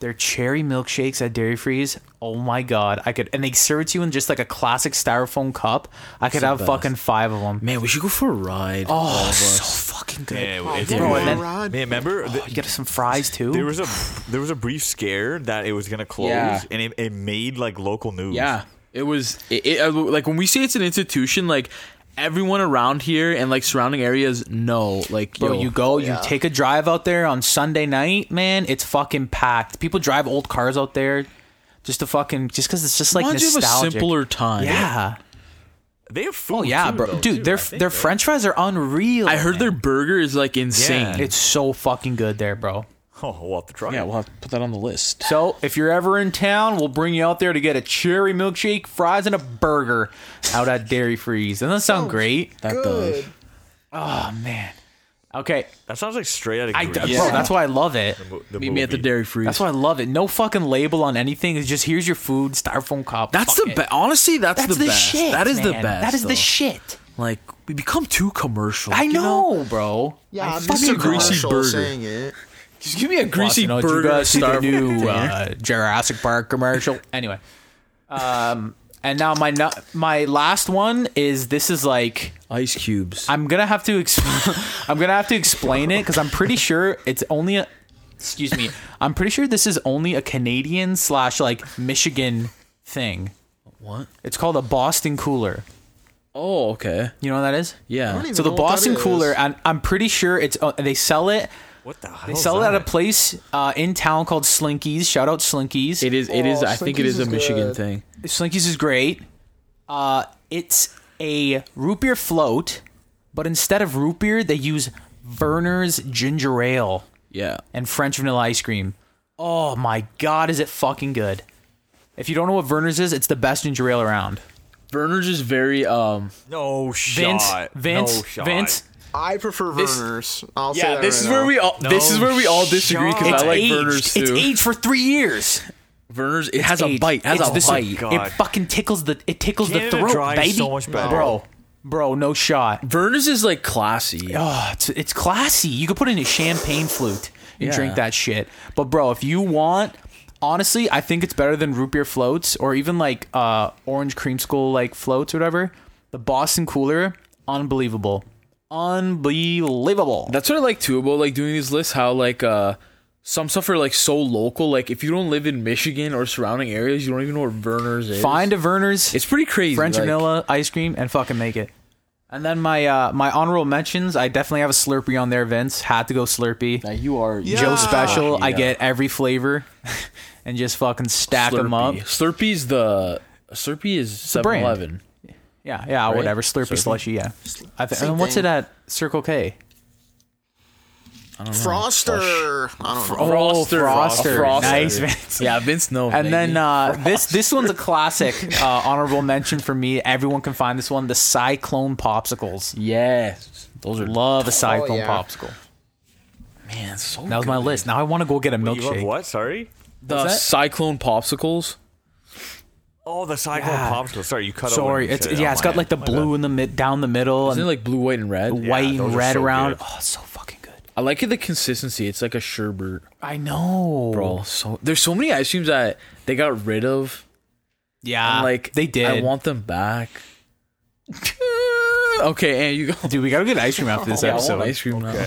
S4: Their cherry milkshakes at Dairy Freeze. Oh my god, I could and they serve it to you in just like a classic styrofoam cup. I could
S2: the
S4: have
S2: best.
S4: fucking 5 of them.
S2: man, we should go for a ride.
S4: Oh, so fucking good.
S1: Yeah,
S3: Oh,
S1: it's
S3: bro,
S1: good.
S4: and then-
S1: man, remember the-
S4: you get some fries too.
S1: there was a <laughs> there was a brief scare that it was gonna close,
S2: Yeah.
S1: and it, it made like local news.
S2: Yeah, it was. It, it, uh, like when we say it's an institution, like everyone around here and like surrounding areas know. Like,
S4: Bro,
S2: yo,
S4: you go,
S3: yeah.
S4: you take a drive out there on Sunday night, man. It's fucking packed. People drive old cars out there just to fucking just because it's just like
S2: Why don't you have a
S4: nostalgic.
S2: simpler time?
S4: yeah.
S1: they have food.
S4: Oh yeah,
S1: too,
S4: bro,
S1: though,
S4: dude.
S1: too,
S4: their
S1: I think,
S4: their
S1: right?
S4: French fries are unreal.
S2: I heard
S4: man.
S2: their burger is like insane.
S1: Yeah.
S4: It's so fucking good there, bro.
S1: <laughs> Oh, we'll have to try.
S2: Yeah,
S1: it.
S2: we'll have to put that on the list.
S4: So if you're ever in town, we'll bring you out there to get a cherry milkshake, fries, and a burger out at Dairy Freeze. Doesn't that sound great?
S2: That uh,
S3: Good.
S4: Oh man. Okay,
S1: that sounds like straight out of
S4: I,
S1: Grease.
S4: bro, that's why I love it.
S1: Mo- the
S2: Meet me at the
S1: movie.
S2: Dairy Freeze.
S4: That's why I love it. No fucking label on anything. It's just here's your food, styrofoam cup.
S2: That's
S4: Fuck
S2: the
S4: it.
S2: best. Honestly, that's,
S4: That's
S2: the,
S4: the,
S2: best.
S4: shit.
S2: that is the
S4: man.
S2: best.
S4: That is
S2: though.
S4: the shit.
S2: Like we become too commercial.
S4: I
S2: you
S4: know, bro.
S3: Yeah,
S4: I
S3: I'm
S4: fucking
S3: just a
S4: love it.
S3: greasy
S2: greasy
S3: burger.
S2: burger.
S3: Saying it.
S2: Just give me a greasy
S4: You know, did you
S2: burger.
S4: guys see the
S2: Star-
S4: new uh, Jurassic Park commercial? <laughs> anyway, um, and now my nu- my last one is this is like
S2: ice cubes.
S4: I'm gonna have to exp- <laughs> I'm gonna have to explain it because I'm pretty sure it's only a excuse me I'm pretty sure this is only a Canadian slash like Michigan thing.
S2: what?
S4: It's called a Boston cooler.
S2: Oh, okay.
S4: You know what that is?
S2: Yeah.
S3: even
S4: So the
S3: know what that
S4: Boston
S3: is. Oh,
S4: cooler, and I'm pretty sure it's uh, they sell it.
S1: What the hell?
S4: They
S1: is
S4: sell it
S1: that?
S4: at a place uh, in town called Slinkies. Shout out Slinkies.
S2: It is. It is.
S3: Oh,
S2: I think it
S3: Slinkies
S2: is a
S3: is
S2: Michigan
S3: good.
S2: thing.
S4: Slinkies is great. Uh, it's a root beer float, but instead of root beer, they use Verner's ginger ale
S2: Yeah.
S4: and French vanilla ice cream. Oh my god, is it fucking good! If you don't know what Verner's is, it's the best ginger ale around.
S2: Verner's is very. Um.
S1: No
S4: Vince,
S1: shot.
S4: Vince,
S1: no shot.
S4: Vince.
S3: I prefer
S2: This-
S3: Verner's. I'll say
S2: Yeah.
S3: that
S2: This
S3: right
S2: is
S3: now.
S2: where we all. this is where we all disagree because
S4: It's
S2: I like
S4: aged.
S2: Verner's
S4: It's
S2: too.
S4: aged for three years.
S2: Verner's. It has a
S4: Aged.
S2: bite. Has
S4: It's-
S2: a
S4: this is-
S2: bite.
S1: Oh God.
S4: It fucking tickles the it tickles
S1: Canada
S4: the throat,
S1: Dry is
S4: baby.
S1: so much better.
S4: Bro, bro, no shot.
S2: Verner's is like classy.
S4: Oh, it's it's classy. You could put it in a champagne flute and
S2: Yeah.
S4: drink that shit. But bro, if you want, honestly, I think it's better than root beer floats or even like uh orange creamsicle like floats or whatever. The Boston cooler, unbelievable, unbelievable.
S2: That's what I like too about like doing these lists. How like uh some stuff are like so local. Like if you don't live in Michigan or surrounding areas, you don't even know where Verner's is.
S4: Find a Verner's
S2: It's pretty crazy.
S4: French
S2: like-
S4: vanilla ice cream and fucking make it. And then my uh, my honorable mentions, I definitely have a Slurpee on there, Vince. Had to go Slurpee.
S2: Now you are
S4: Joe
S3: Yeah.
S4: Special, I
S2: Yeah.
S4: get every flavor <laughs> and just fucking stack them up.
S2: Slurpee's the Slurpee is Seven
S4: brand.
S2: Eleven.
S4: Yeah, yeah,
S2: Right?
S4: whatever. Slurpee,
S2: Slurpee?
S4: slushy, yeah. I th-
S3: same
S4: and what's
S3: thing.
S4: it at Circle K?
S3: Froster. I don't know.
S2: Froster.
S4: Oh, Froster.
S2: Froster.
S4: Nice, Vince.
S2: Yeah, Vince knows.
S4: And
S2: baby.
S4: then uh, this this one's a classic uh, honorable mention for me. Everyone can find this one: the Cyclone popsicles.
S2: yes, those are
S4: Love a Cyclone
S3: yeah.
S4: popsicle.
S2: man. So
S4: That was my
S2: good.
S4: list. Now I want to go get a
S1: You love
S4: milkshake.
S1: what? Sorry.
S2: The
S4: that?
S2: Cyclone popsicles.
S1: Oh, the cyclone
S4: Yeah.
S1: popsicle. Sorry, you cut. out when
S4: Sorry,
S1: you
S4: it's
S1: said it
S4: yeah,
S1: on
S4: it's
S1: my
S4: got like the
S1: end. My bad.
S4: blue in the mid down the middle
S2: Isn't it
S4: and
S2: like blue, white, and red?
S4: the white
S1: those
S4: and
S1: are
S4: red
S1: so
S4: around.
S1: good.
S4: Oh, it's so fucking good.
S2: I like it. The consistency. It's like a sherbet,
S4: I know,
S2: bro. So there's so many ice creams that they got rid of.
S4: Yeah,
S2: and, like
S4: Ah, they did.
S2: I
S4: <laughs>
S2: want them back. <laughs> okay, and you go.
S4: Dude, we gotta get ice cream after <laughs> this
S2: Yeah, I
S4: episode.
S2: want ice cream now.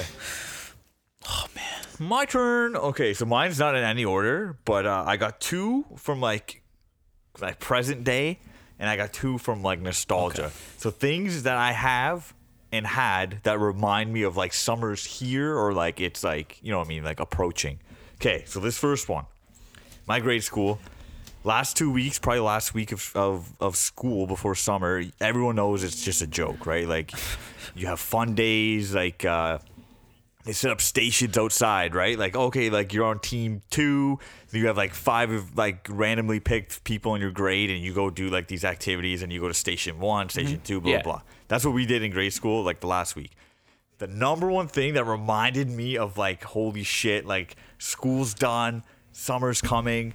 S1: My turn. Okay, so mine's not in any order, but uh, I got two from like like present day, and I got two from like nostalgia. So things that I have and had that remind me of like summers here, or like it's like you know what I mean, like approaching. Okay, so this first one, my grade school. Last two weeks, probably last week of, of, of school before summer, everyone knows it's just a joke, right? Like, you have fun days, like, uh, they set up stations outside, right? Like, okay, like you're on team two, you have like five of like randomly picked people in your grade, and you go do like these activities, and you go to station one, station two, blah
S2: Mm-hmm. Yeah.
S1: blah. That's what we did in grade school, like the last week. The number one thing that reminded me of like, holy shit, like school's done, summer's coming,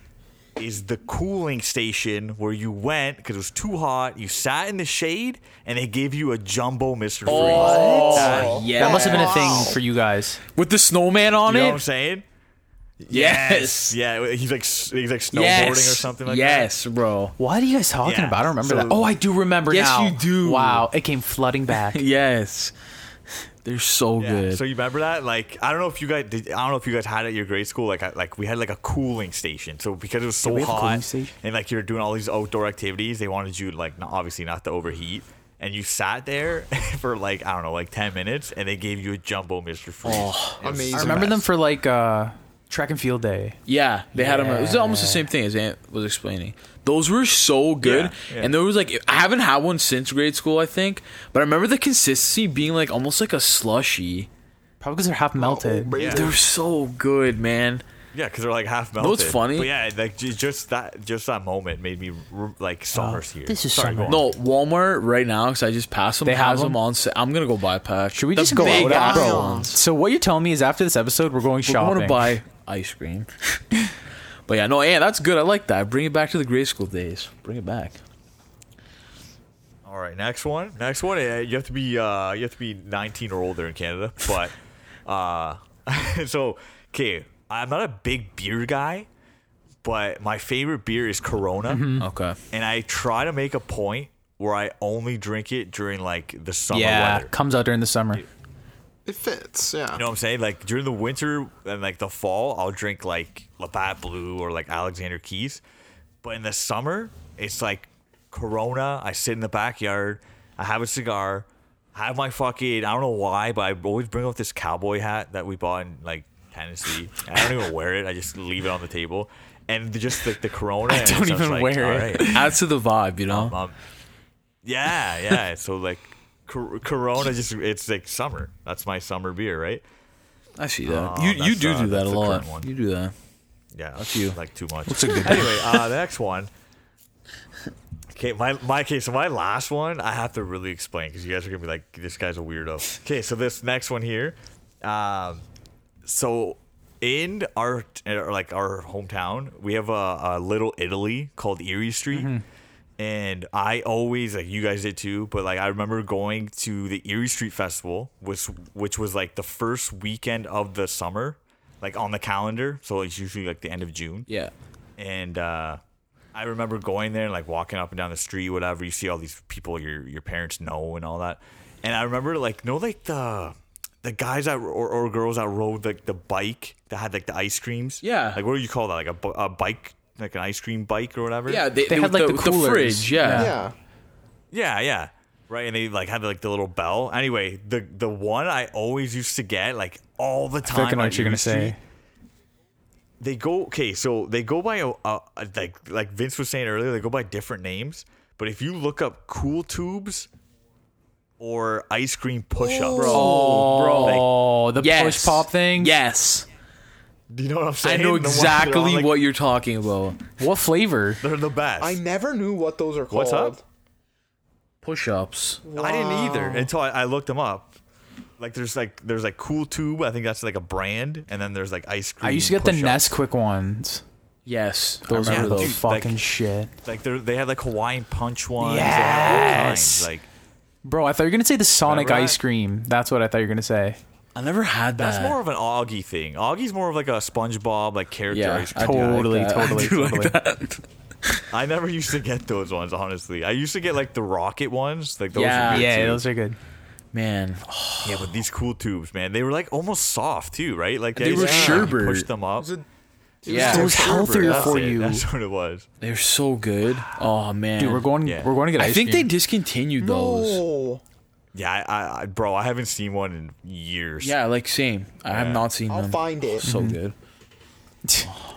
S1: is the cooling station where you went because it was too hot. You sat in the shade, and they gave you a jumbo Mr. Freeze.
S4: Ah,
S2: Oh, yeah.
S4: That must have been a thing for you guys.
S2: with the snowman on
S1: You know
S2: it.
S1: what I'm saying?
S2: Yes.
S1: Yeah, he's like s- he's like snowboarding
S2: Yes.
S1: or something like that.
S2: yes, bro.
S4: What are you guys talking
S1: Yeah,
S4: about? I don't remember
S1: so-
S4: that. Oh, I do remember
S2: Yes,
S4: now.
S2: you do.
S4: Wow, it came <laughs> flooding back.
S2: Yes, they're so
S1: Yeah.
S2: good.
S1: So you remember that? Like I don't know if you guys did, I don't know if you guys had it at your grade school. Like I, like we had like a cooling station. So because it was so
S4: we have a cooling
S1: hot
S4: station?
S1: and like you're doing all these outdoor activities, they wanted you like not, obviously not to overheat. And you sat there <laughs> for like I don't know, like ten minutes, and they gave you a jumbo Mr. Freeze. It was
S3: amazing.
S4: Oh, I
S1: the
S4: remember them
S1: best.
S4: for like uh, track and field day.
S2: yeah, they had them. It was almost the same thing as Ant was explaining. Those were so good,
S1: Yeah, yeah.
S2: and there was like I haven't had one since grade school, I think. But I remember the consistency being like almost like a slushy.
S4: Probably because they're half melted.
S3: baby.
S1: Yeah.
S2: They're so good, man.
S1: Yeah, because they're like half melted.
S2: know what's funny?
S1: But yeah, like j- just that, just that moment made me r- like summer's here.
S4: this is
S1: Sorry,
S4: summer.
S1: go on.
S2: No, Walmart right now because I just passed them.
S4: They have
S2: has them
S4: them?
S2: on. Sa- I'm gonna go buy a pack.
S4: Should we
S2: The
S4: just go
S2: big
S4: out
S2: ass
S4: after?
S2: ones.
S4: So what you're telling me is after this episode, we're going
S2: I
S4: shopping.
S2: want to buy ice cream. <laughs> but yeah, no, yeah, that's good. I like that. Bring it back to the grade school days. Bring it back.
S1: All right, next one. Next one. uh, You have to be uh, you have to be 19 or older in Canada, but <laughs> uh, <laughs> so okay. I'm not a big beer guy, but my favorite beer is Corona,
S4: Hmm.
S2: Okay.
S1: and I try to make a point where I only drink it during like the summer
S4: Yeah,
S1: weather.
S4: comes out during the summer.
S3: It fits. Yeah.
S1: You know what I'm saying? Like during the winter and like the fall, I'll drink like Labatt Blue or like Alexander Keys. But in the summer, it's like Corona. I sit in the backyard. I have a cigar. I have my fucking, I don't know why, but I always bring up this cowboy hat that we bought in like Tennessee. And I don't even wear it. I just leave it on the table. And just like the
S4: <laughs>
S1: Corona. I
S4: don't even wear it.
S2: Adds to the vibe, you know.
S1: Um, yeah, yeah. So like, cor- Corona just—it's like summer. That's my summer beer, right?
S2: I see that.
S1: Oh,
S2: you you
S1: that's,
S2: do
S1: uh,
S2: do that
S1: that's
S2: a
S1: the
S2: lot.
S1: current one.
S2: You do that.
S1: Yeah, that's
S2: you.
S1: Like too much. <laughs> anyway, uh, the next one. Okay, my my okay, so my last one I have to really explain because you guys are gonna be like, this guy's a weirdo. Okay, so this next one here, um, so in our or like our hometown, we have a, a little Italy called Erie Street.
S2: Mm-hmm.
S1: And I always like you guys did too, but like I remember going to the Erie Street Festival, which which was like the first weekend of the summer, like on the calendar. So it's usually like the end of June
S2: Yeah.
S1: and uh, I remember going there and like walking up and down the street, whatever. You see all these people your your parents know and all that. And I remember like no like the the guys that or, or girls that rode like the bike that had like the ice creams.
S2: Yeah.
S1: Like what do you call that? Like a, bu- a bike, like an ice cream bike or whatever.
S2: Yeah, they,
S4: They had,
S2: with
S4: like,
S2: the,
S4: the
S2: with the
S4: coolers.
S2: fridge. Yeah.
S3: Yeah.
S1: Yeah, yeah. Right, and they like had like the little bell. Anyway, the the one I always used to get like all the time.
S4: feel like I know
S1: on
S4: what you're gonna
S1: Erie Street,
S4: say.
S1: They go okay, so they go by a, a, a- like like Vince was saying earlier, they go by different names. But if you look up cool tubes or ice cream push ups,
S4: Oh, bro, the
S2: Yes.
S4: push pop thing.
S2: Yes.
S1: do you know what I'm
S2: I
S1: saying?
S2: know
S1: The ones that are on,
S2: exactly
S1: like,
S2: what you're talking about.
S4: What flavor?
S1: they're the best.
S3: I never knew what those are called.
S1: What's up?
S2: Push ups.
S1: I didn't either until I, I looked them up. Like there's like there's like cool tube. I think that's like a brand, and then there's like ice cream.
S4: I used to get the
S1: push-ups.
S4: Nest Quick ones.
S2: Yes.
S4: Those
S2: I
S4: were
S2: remember
S4: the
S1: those. Dude, like-
S4: fucking shit,
S1: Like they they had like Hawaiian punch ones. They had all kinds.
S4: Yes.
S1: Like
S4: bro. I thought you were gonna say the Sonic
S1: Remember
S4: ice
S1: that?
S4: cream. That's what I thought you were gonna say.
S2: I never had that.
S1: that's more of an Augie thing. Augie's more of like a SpongeBob like character.
S2: yeah,
S1: ice
S2: I
S1: cream.
S2: do like that. <laughs>
S4: Totally,
S2: I
S4: totally,
S2: do like
S4: totally.
S2: that.
S1: I never used to get those ones. Honestly, I used to get like the rocket ones. Like those.
S2: Yeah.
S1: were good,
S4: yeah,
S1: too.
S4: those are good.
S2: Man,
S1: yeah. But these cool tubes, man, they were like almost soft too, right? Like
S2: They were sherbet.
S1: Push them up.
S3: Is it-
S2: Yeah.
S4: Those
S3: Sherbet,
S4: healthier
S1: That's
S4: for
S1: it.
S4: you,
S1: That's what it was.
S2: they're so good. Oh man,
S4: dude. We're going.
S1: Yeah.
S4: We're going to get.
S2: I
S4: ice
S2: think they
S4: cream.
S2: discontinued those.
S3: No.
S1: Yeah, I, I, I, bro, I haven't seen one in years.
S2: Yeah, like same. I have not seen
S3: I'll
S2: them.
S3: find it.
S2: so
S4: <laughs>
S2: good.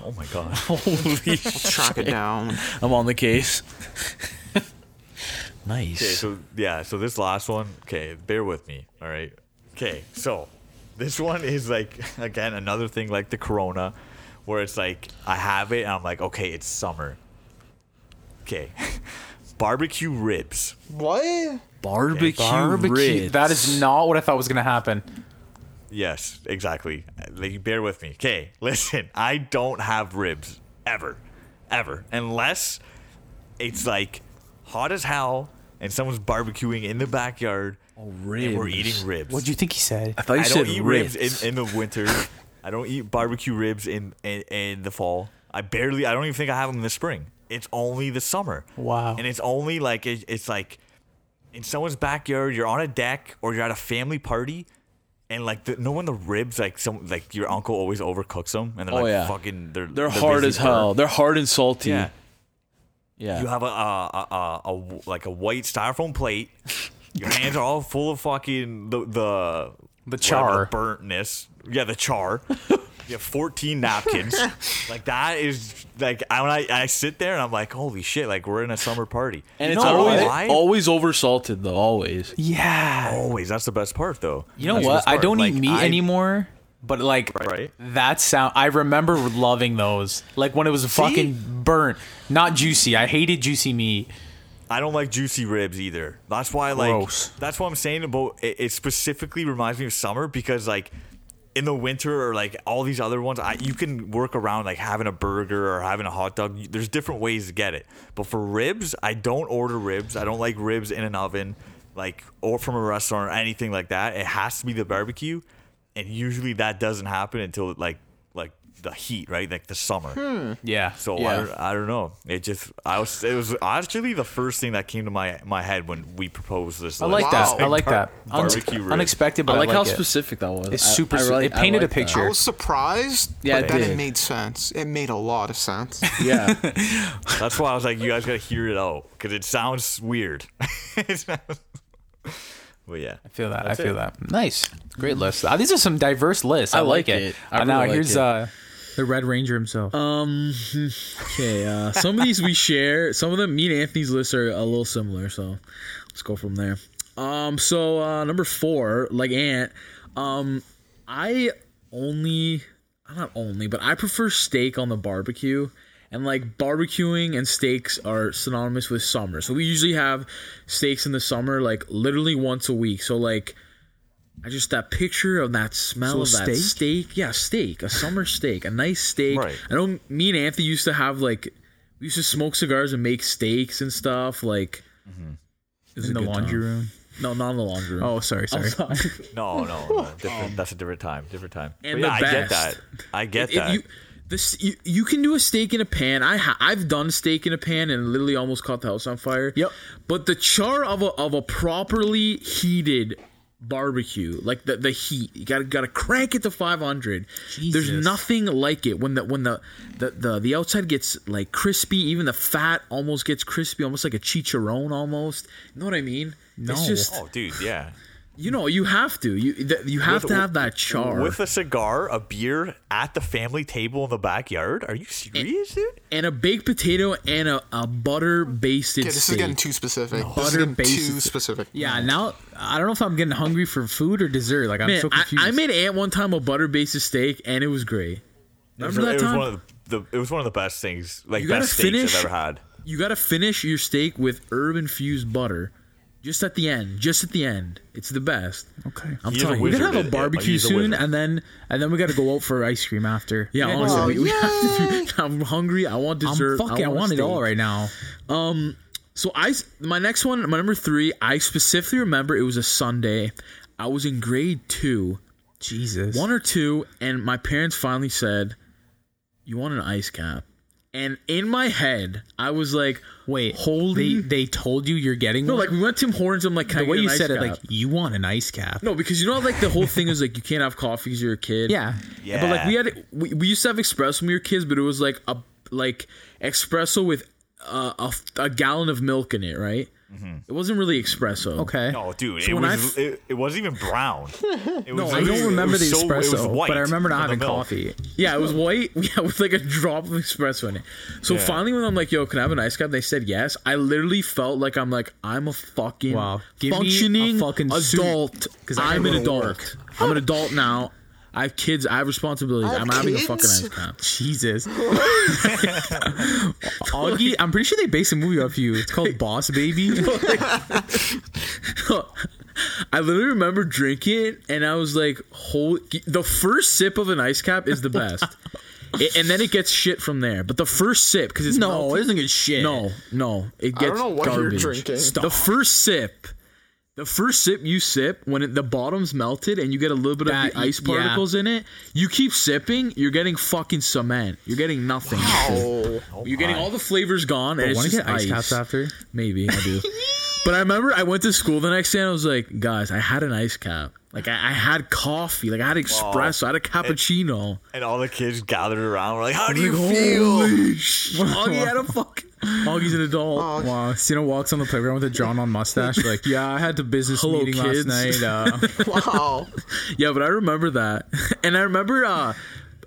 S1: Oh my god.
S2: Holy
S3: Track it down.
S2: I'm on the case.
S4: <laughs>
S1: Okay,
S2: nice.
S1: so yeah, so this last one, okay, bear with me, all right. Okay, so this one is like <laughs> again another thing like the corona where it's like I have it and I'm like, okay, it's summer. Okay. <laughs> Barbecue ribs.
S3: What?
S2: barbecue,
S4: Barbecue.
S2: ribs.
S4: That is not what I thought was gonna happen.
S1: Yes, exactly. Like bear with me. Okay, listen, I don't have ribs ever. Ever. Unless it's like hot as hell and someone's barbecuing in the backyard and we're
S2: ribs.
S1: eating ribs.
S4: What do you think he said?
S2: I thought you
S1: I
S2: said
S1: don't eat
S2: ribs.
S1: ribs, in, in the
S2: <laughs>
S1: winter. I don't eat barbecue ribs in, in in the fall. I barely. I don't even think I have them in the spring. It's only the summer.
S4: Wow.
S1: And it's only like it, it's like in someone's backyard. You're on a deck or you're at a family party, and like the, knowing the ribs, like some like your uncle always overcooks them, and they're
S2: Oh,
S1: like
S2: yeah.
S1: fucking. They're
S2: They're hard
S1: basically
S2: as hell.
S1: burnt.
S2: They're hard and salty.
S1: Yeah.
S2: Yeah.
S1: You have a, a, a, a, a w- like a white styrofoam plate. Your hands are all full of fucking the the
S4: The
S1: whatever,
S4: char.
S1: burntness. Yeah, the char. you have 14
S2: <laughs>
S1: napkins. like that is like I when I, I sit there and I'm like, holy shit! Like we're in a summer party.
S2: and
S1: You
S2: it's
S1: know
S2: always
S1: why?
S2: always over salted though. Always.
S4: Yeah.
S1: always. That's the best part though.
S4: You know
S1: That's the
S4: what?
S1: best
S4: I
S1: part.
S4: don't
S1: Like,
S4: eat meat
S1: I-
S4: anymore, but like
S1: Right.
S4: that sound, I remember loving those. Like when it was fucking burnt, not juicy. I hated juicy meat.
S1: I don't like juicy ribs either. That's why, like,
S4: Gross.
S1: that's what I'm saying about it, it. Specifically, reminds me of summer because, like, in the winter or like all these other ones, I, you can work around like having a burger or having a hot dog. You- There's different ways to get it. But for ribs, I don't order ribs. I don't like ribs in an oven, like or from a restaurant or anything like that. It has to be the barbecue, and usually that doesn't happen until like like the heat, right? Like the summer.
S4: Yeah.
S1: So I,
S2: Yeah.
S1: don't, I don't know. It just I was it was actually the first thing that came to my my head when we proposed this.
S4: I like
S1: list.
S4: that.
S3: Wow.
S4: I like that. Un-
S1: Barbecue ribs.
S4: unexpected, but
S2: I like, how
S4: it.
S2: specific that was.
S4: It's
S2: I-
S4: super.
S2: I really-
S4: it
S2: I
S4: painted
S2: like that.
S4: a picture.
S3: I was surprised,
S2: Yeah,
S3: but
S2: it
S3: then
S2: did.
S3: it made sense. It made a lot
S2: <laughs>
S3: of sense.
S2: Yeah.
S4: <laughs>
S1: That's why I was like, you guys gotta hear it out because it sounds weird. <laughs> It sounds- but yeah,
S4: I feel that.
S1: That's
S4: I feel
S1: it.
S4: that. Nice. Great list. Uh, these are some diverse lists.
S2: Mm.
S4: I,
S2: I
S4: like
S2: like
S4: it.
S2: it. I
S4: Uh, now
S2: really like
S4: here's
S2: it.
S4: uh, the Red Ranger himself.
S2: Um. Okay. Uh, some of these we share. Some of them, me and Anthony's lists are a little similar. So let's go from there. Um. So uh, number four, like Ant. Um. I only, not only, but I prefer steak on the barbecue. And like barbecuing and steaks are synonymous with summer. So we usually have steaks in the summer, like literally once a week. So like, I just that picture of that smell
S4: So
S2: of that
S4: steak?
S2: steak. Yeah, steak, a summer steak, a nice steak.
S1: Right.
S2: I know me and Anthony used to have like we used to smoke cigars and make steaks and stuff like it was
S4: Mm-hmm. in
S2: a
S4: the
S2: good
S4: laundry
S2: time.
S4: room.
S2: No, not in the laundry room. <laughs>
S4: Oh, sorry, sorry.
S2: Outside.
S1: no, no, no
S4: <laughs>
S1: different, that's a different time, different time.
S2: And
S1: But yeah,
S2: the
S1: I get
S2: best.
S1: that. I get
S2: If
S1: that.
S2: you, this you, you can do a steak in a pan. I ha- I've done steak in a pan and literally almost caught the house on fire.
S4: Yep.
S2: But the char of a of a properly heated barbecue, like the the heat. You gotta gotta crank it to five hundred.
S5: Jesus.
S2: There's nothing like it when the when the, the the the outside gets like crispy. Even the fat almost gets crispy, almost like a chicharron almost. You know what I mean? No. It's just
S1: Oh, dude, yeah.
S2: you know you have to you th- you have
S1: With-
S2: to have that char.
S1: With a cigar, a beer at the family table in the backyard?
S2: Eh,
S1: Are you serious, dude?
S2: and a baked potato and a, a butter basted
S3: Yeah, this is
S2: steak.
S3: getting too specific. This is
S2: Butter
S3: getting too
S2: bases.
S3: specific.
S5: Yeah, now I don't know if I'm getting hungry for food or dessert. Like I'm
S2: Man,
S5: so
S2: I,
S5: confused.
S2: I made Ant one time a butter basted steak and it was great. Remember
S1: it
S2: that
S1: was
S2: time?
S1: one of the, the it was one of the best things, like
S2: You gotta
S1: best steaks
S2: finish-
S1: I've ever had.
S2: you gotta finish your steak with herb infused butter, just at the end. Just at the end, it's the best.
S5: okay.
S2: I'm
S1: He is a
S2: telling you,
S5: we
S1: wizard.
S5: gotta have
S1: Yeah,
S5: a
S1: like,
S5: barbecue
S1: he's a
S5: soon,
S1: wizard.
S5: and then and then we gotta go out for ice cream after.
S2: yeah,
S5: Next
S3: Oh,
S2: honestly,
S5: week.
S2: <laughs> we, we have to. Do, I'm hungry. I want
S5: Oh, I'm
S2: dessert.
S5: fucking. I
S2: a
S5: want it
S2: steak.
S5: all right now.
S2: So I, s- my next one, my number three. I specifically remember it was a Sunday. I was in grade two,
S5: Jesus.
S2: one or two, and my parents finally said, "You want an ice cap?" And in my head, I was like,
S5: Wait,
S2: holy-
S5: They, they told you you're getting
S2: <laughs> "No!"
S5: one.
S2: Like we went to Tim Hortons. I'm like, "Can I
S5: the way
S2: get an
S5: you
S2: ice
S5: said it,
S2: cap?
S5: like you want an ice cap.
S2: No, because you know, like the whole thing is like you can't have coffee because you're a kid.
S5: Yeah.
S1: Yeah.
S2: But like we had, we, we used to have espresso when we were kids, but it was like a like espresso with uh, a, f- a gallon of milk in it, right? It wasn't really espresso.
S5: Okay.
S1: No, dude, it
S2: when
S1: was
S2: I've-
S1: it, it wasn't even
S5: <laughs>
S1: brown. It was,
S5: I
S1: it was-
S5: don't remember
S1: it
S5: the
S1: was so- it was
S5: espresso,
S1: white
S5: but I remember not
S1: from the
S5: having
S1: milk.
S5: coffee.
S2: Yeah, it was white. <laughs> Yeah, with like a drop of espresso in it. So finally, when I'm like, "Yo, can I have an ice cup?" They said yes. I literally felt like I'm like I'm a fucking
S5: Wow. Give me a
S2: functioning
S5: fucking suit,
S2: adult.
S5: 'cause I
S2: I'm
S5: gotta
S2: an
S5: go to
S2: adult. I'm an adult now. I have kids. I have responsibilities.
S3: I have
S2: I'm having a
S3: kids?
S2: fucking ice cup.
S3: <laughs>
S5: Jesus. Augie, I'm pretty sure they based a movie off you. It's called Boss Baby.
S2: <laughs> I literally remember drinking it, and I was like, "Holy!" The first sip of an ice cap is
S5: <laughs>
S2: the best, It- and then it gets shit from there. But the first sip, because it's
S5: no, it
S2: melted-
S5: doesn't get shit.
S2: no, no, it gets
S3: I don't know what
S2: garbage.
S3: you're drinking.
S2: The first sip, the first sip you sip when it, the bottom's melted and you get a little bit
S5: That-
S2: of the ice
S5: yeah.
S2: particles in it, you keep sipping, you're getting fucking cement. You're getting nothing.
S3: Oh,
S2: You're getting all the flavors gone, and it's
S5: Want to
S2: just
S5: get ice caps after?
S2: Maybe I <laughs> do. but I remember I went to school the next day and I was like, guys, I had an ice cap. Like I, I had coffee. Like I had espresso. I had a cappuccino.
S1: And all the kids gathered around. We're like, "How do you
S2: Like,
S1: feel?"
S2: holy sh- Augie <laughs> had a fuck. Augie's an adult.
S5: Wow, Cena walks on the playground with a drawn-on mustache. Like, yeah, I had the business
S2: Hello,
S5: meeting
S2: kids.
S5: last night.
S2: <laughs>
S5: Uh,
S2: Oh.
S3: wow.
S2: Yeah, but I remember that, <laughs> and I remember. Uh,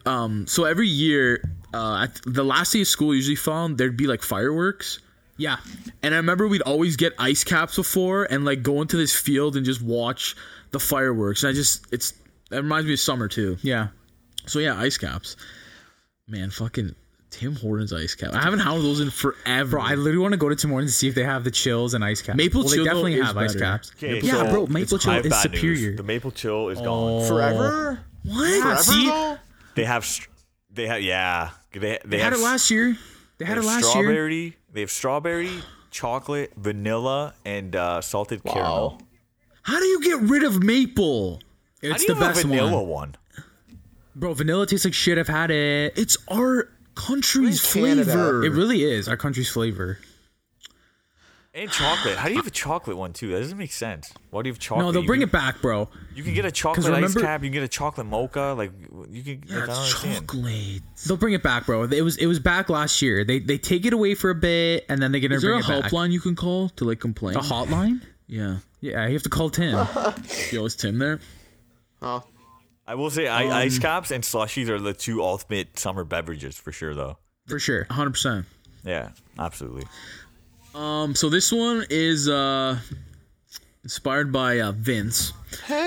S2: um, so every year, uh, at the last day of school usually found there'd be like fireworks.
S5: yeah,
S2: And I remember we'd always get ice caps before and like go into this field and just watch the fireworks. And I just it's that reminds me of summer too.
S5: yeah.
S2: So yeah, ice caps. Man, fucking Tim Hortons ice cap. I haven't had one of those in forever.
S5: Bro, I literally want to go to Tim Hortons to see if they have the chills and ice caps.
S2: Maple
S5: well, they
S2: chill, though,
S5: definitely
S2: is
S5: have ice
S2: better.
S5: caps.
S1: Okay,
S5: yeah,
S1: so
S5: bro, maple
S1: it's
S5: chill
S1: high
S5: is
S1: bad news.
S5: superior. Oh.
S1: The maple chill is gone.
S3: Forever?
S2: Ah,
S5: What?
S3: Forever
S5: See,
S3: though?
S1: They have, str- they have, yeah, they they
S5: they had
S1: have
S5: it
S1: s-
S5: last year. They had
S1: They
S5: it
S1: have
S5: last
S1: strawberry,
S5: year.
S1: They
S5: <sighs>
S1: have strawberry, chocolate, vanilla, and uh, salted caramel.
S2: How do you get rid of maple?
S1: How do
S5: It's the
S1: you have a
S5: best
S1: vanilla
S5: one,
S1: one.
S5: bro. Vanilla tastes like shit. I've had it.
S2: It's our country's
S3: We're in Canada.
S2: flavor.
S5: It really is our country's flavor.
S1: And chocolate. How do you have a chocolate one too? That doesn't make sense. Why do you have chocolate?
S5: No, they'll
S1: you
S5: bring
S1: can,
S5: it back, bro.
S1: You can get a chocolate ice
S5: remember-
S1: cap. You can get a chocolate mocha. Like you can.
S2: Yeah,
S1: like, I don't
S2: it's
S1: understand.
S2: chocolate.
S5: They'll bring it back, bro. It was it was back last year. They they take it away for a bit and then they're gonna
S2: Is there
S5: bring
S2: a
S5: it back.
S2: helpline you can call to like complain?
S5: A hotline?
S2: yeah.
S5: Yeah, you have to call
S1: <laughs>
S5: Tim.
S2: Yo, is Tim there?
S3: Oh,
S1: I will say I,
S2: Um,
S1: ice caps and slushies are the two ultimate summer beverages for sure, though.
S5: for sure.
S2: 100%.
S1: Yeah, absolutely.
S2: Um, so this one is uh, inspired by uh, Vince.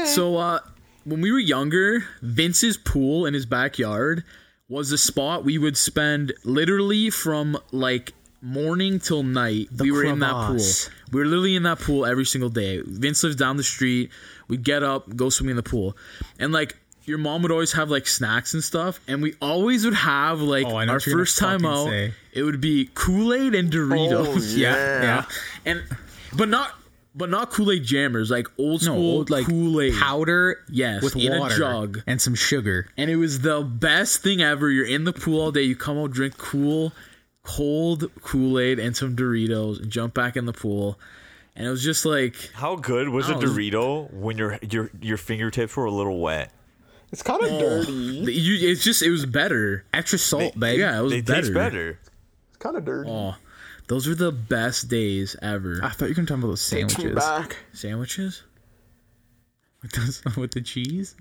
S2: So uh, when we were younger, Vince's pool in his backyard was the spot we would spend literally from like morning till night. we were in that
S5: crevasse.
S2: pool. We were literally in that pool every single day. Vince lives down the street. We'd get up, go swimming in the pool, and like. Your mom would always have like snacks and stuff, and we always would have like
S5: Oh, I know
S2: our
S5: what you're gonna
S2: first time
S5: fucking
S2: out.
S5: say.
S2: It would be Kool Aid and Doritos <laughs>
S3: oh yeah.
S5: yeah.
S2: and but not but not Kool Aid jammers, like old
S5: No,
S2: school
S5: old, like
S2: Kool Aid.
S5: powder,
S2: Yes,
S5: with
S2: in a
S5: water
S2: jug.
S5: and some sugar.
S2: And it was the best thing ever. You're in the pool all day. You come out, drink cool, cold Kool Aid and some Doritos, and jump back in the pool. and it was just like
S1: How good was a
S2: Oh, it was-
S1: Dorito when your your your fingertips were a little wet?
S3: It's kind
S2: Oh.
S3: of dirty.
S2: you, it's just it was better. Extra salt, baby. Yeah, it was
S1: they
S2: better.
S1: taste better.
S3: It's kind of dirty.
S2: Oh, those were the best days ever.
S4: I thought you were gonna talk about those
S3: Takes me
S4: sandwiches.
S3: back.
S2: Sandwiches with those
S4: <laughs>
S2: with the cheese.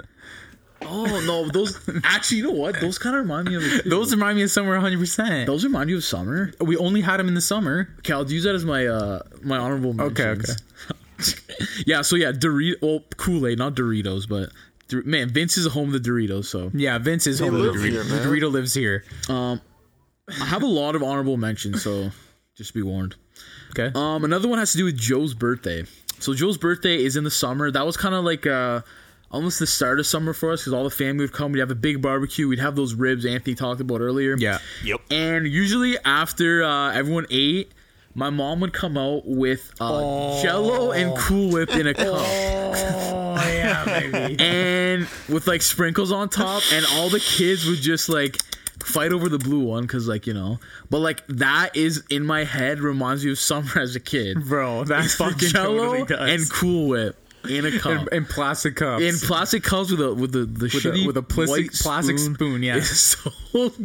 S2: Oh no, those actually, you know what? Those kind of remind me of it, too.
S4: Those remind me of somewhere 100. percent
S2: Those remind you of summer.
S4: We only had them in the summer.
S2: Okay, I'll use that as my uh my honorable
S4: Okay,
S2: mentions. okay. <laughs> yeah, so yeah, Dorito, well, Kool Aid, not Doritos, but Dor- man, Vince is home to Doritos. So
S4: Yeah, Vince is home.
S3: live
S4: Dorito,
S3: here, man.
S4: Dorito lives here.
S2: I have a lot of honorable mentions. So just be warned.
S4: Okay.
S2: Um, another one has to do with Joe's birthday. So Joe's birthday is in the summer. That was kind of like uh, almost the start of summer for us because all the family would come. We'd have a big barbecue. We'd have those ribs Anthony talked about earlier.
S4: yeah.
S1: Yep.
S2: And usually after uh, everyone ate, my mom would come out with uh, Jello and Cool Whip in a cup. <laughs> and with like sprinkles on top, and all the kids would just like fight over the blue one because like you know but like that is in my head reminds me of summer as a kid
S4: Bro, that fucking
S2: Jello
S4: totally does.
S2: and Cool Whip in a cup.
S4: in, in plastic cups.
S2: in plastic cups with a with the, the
S4: with
S2: shitty
S4: a, with a plastic,
S2: white
S4: plastic spoon. yeah.
S2: It's <laughs> so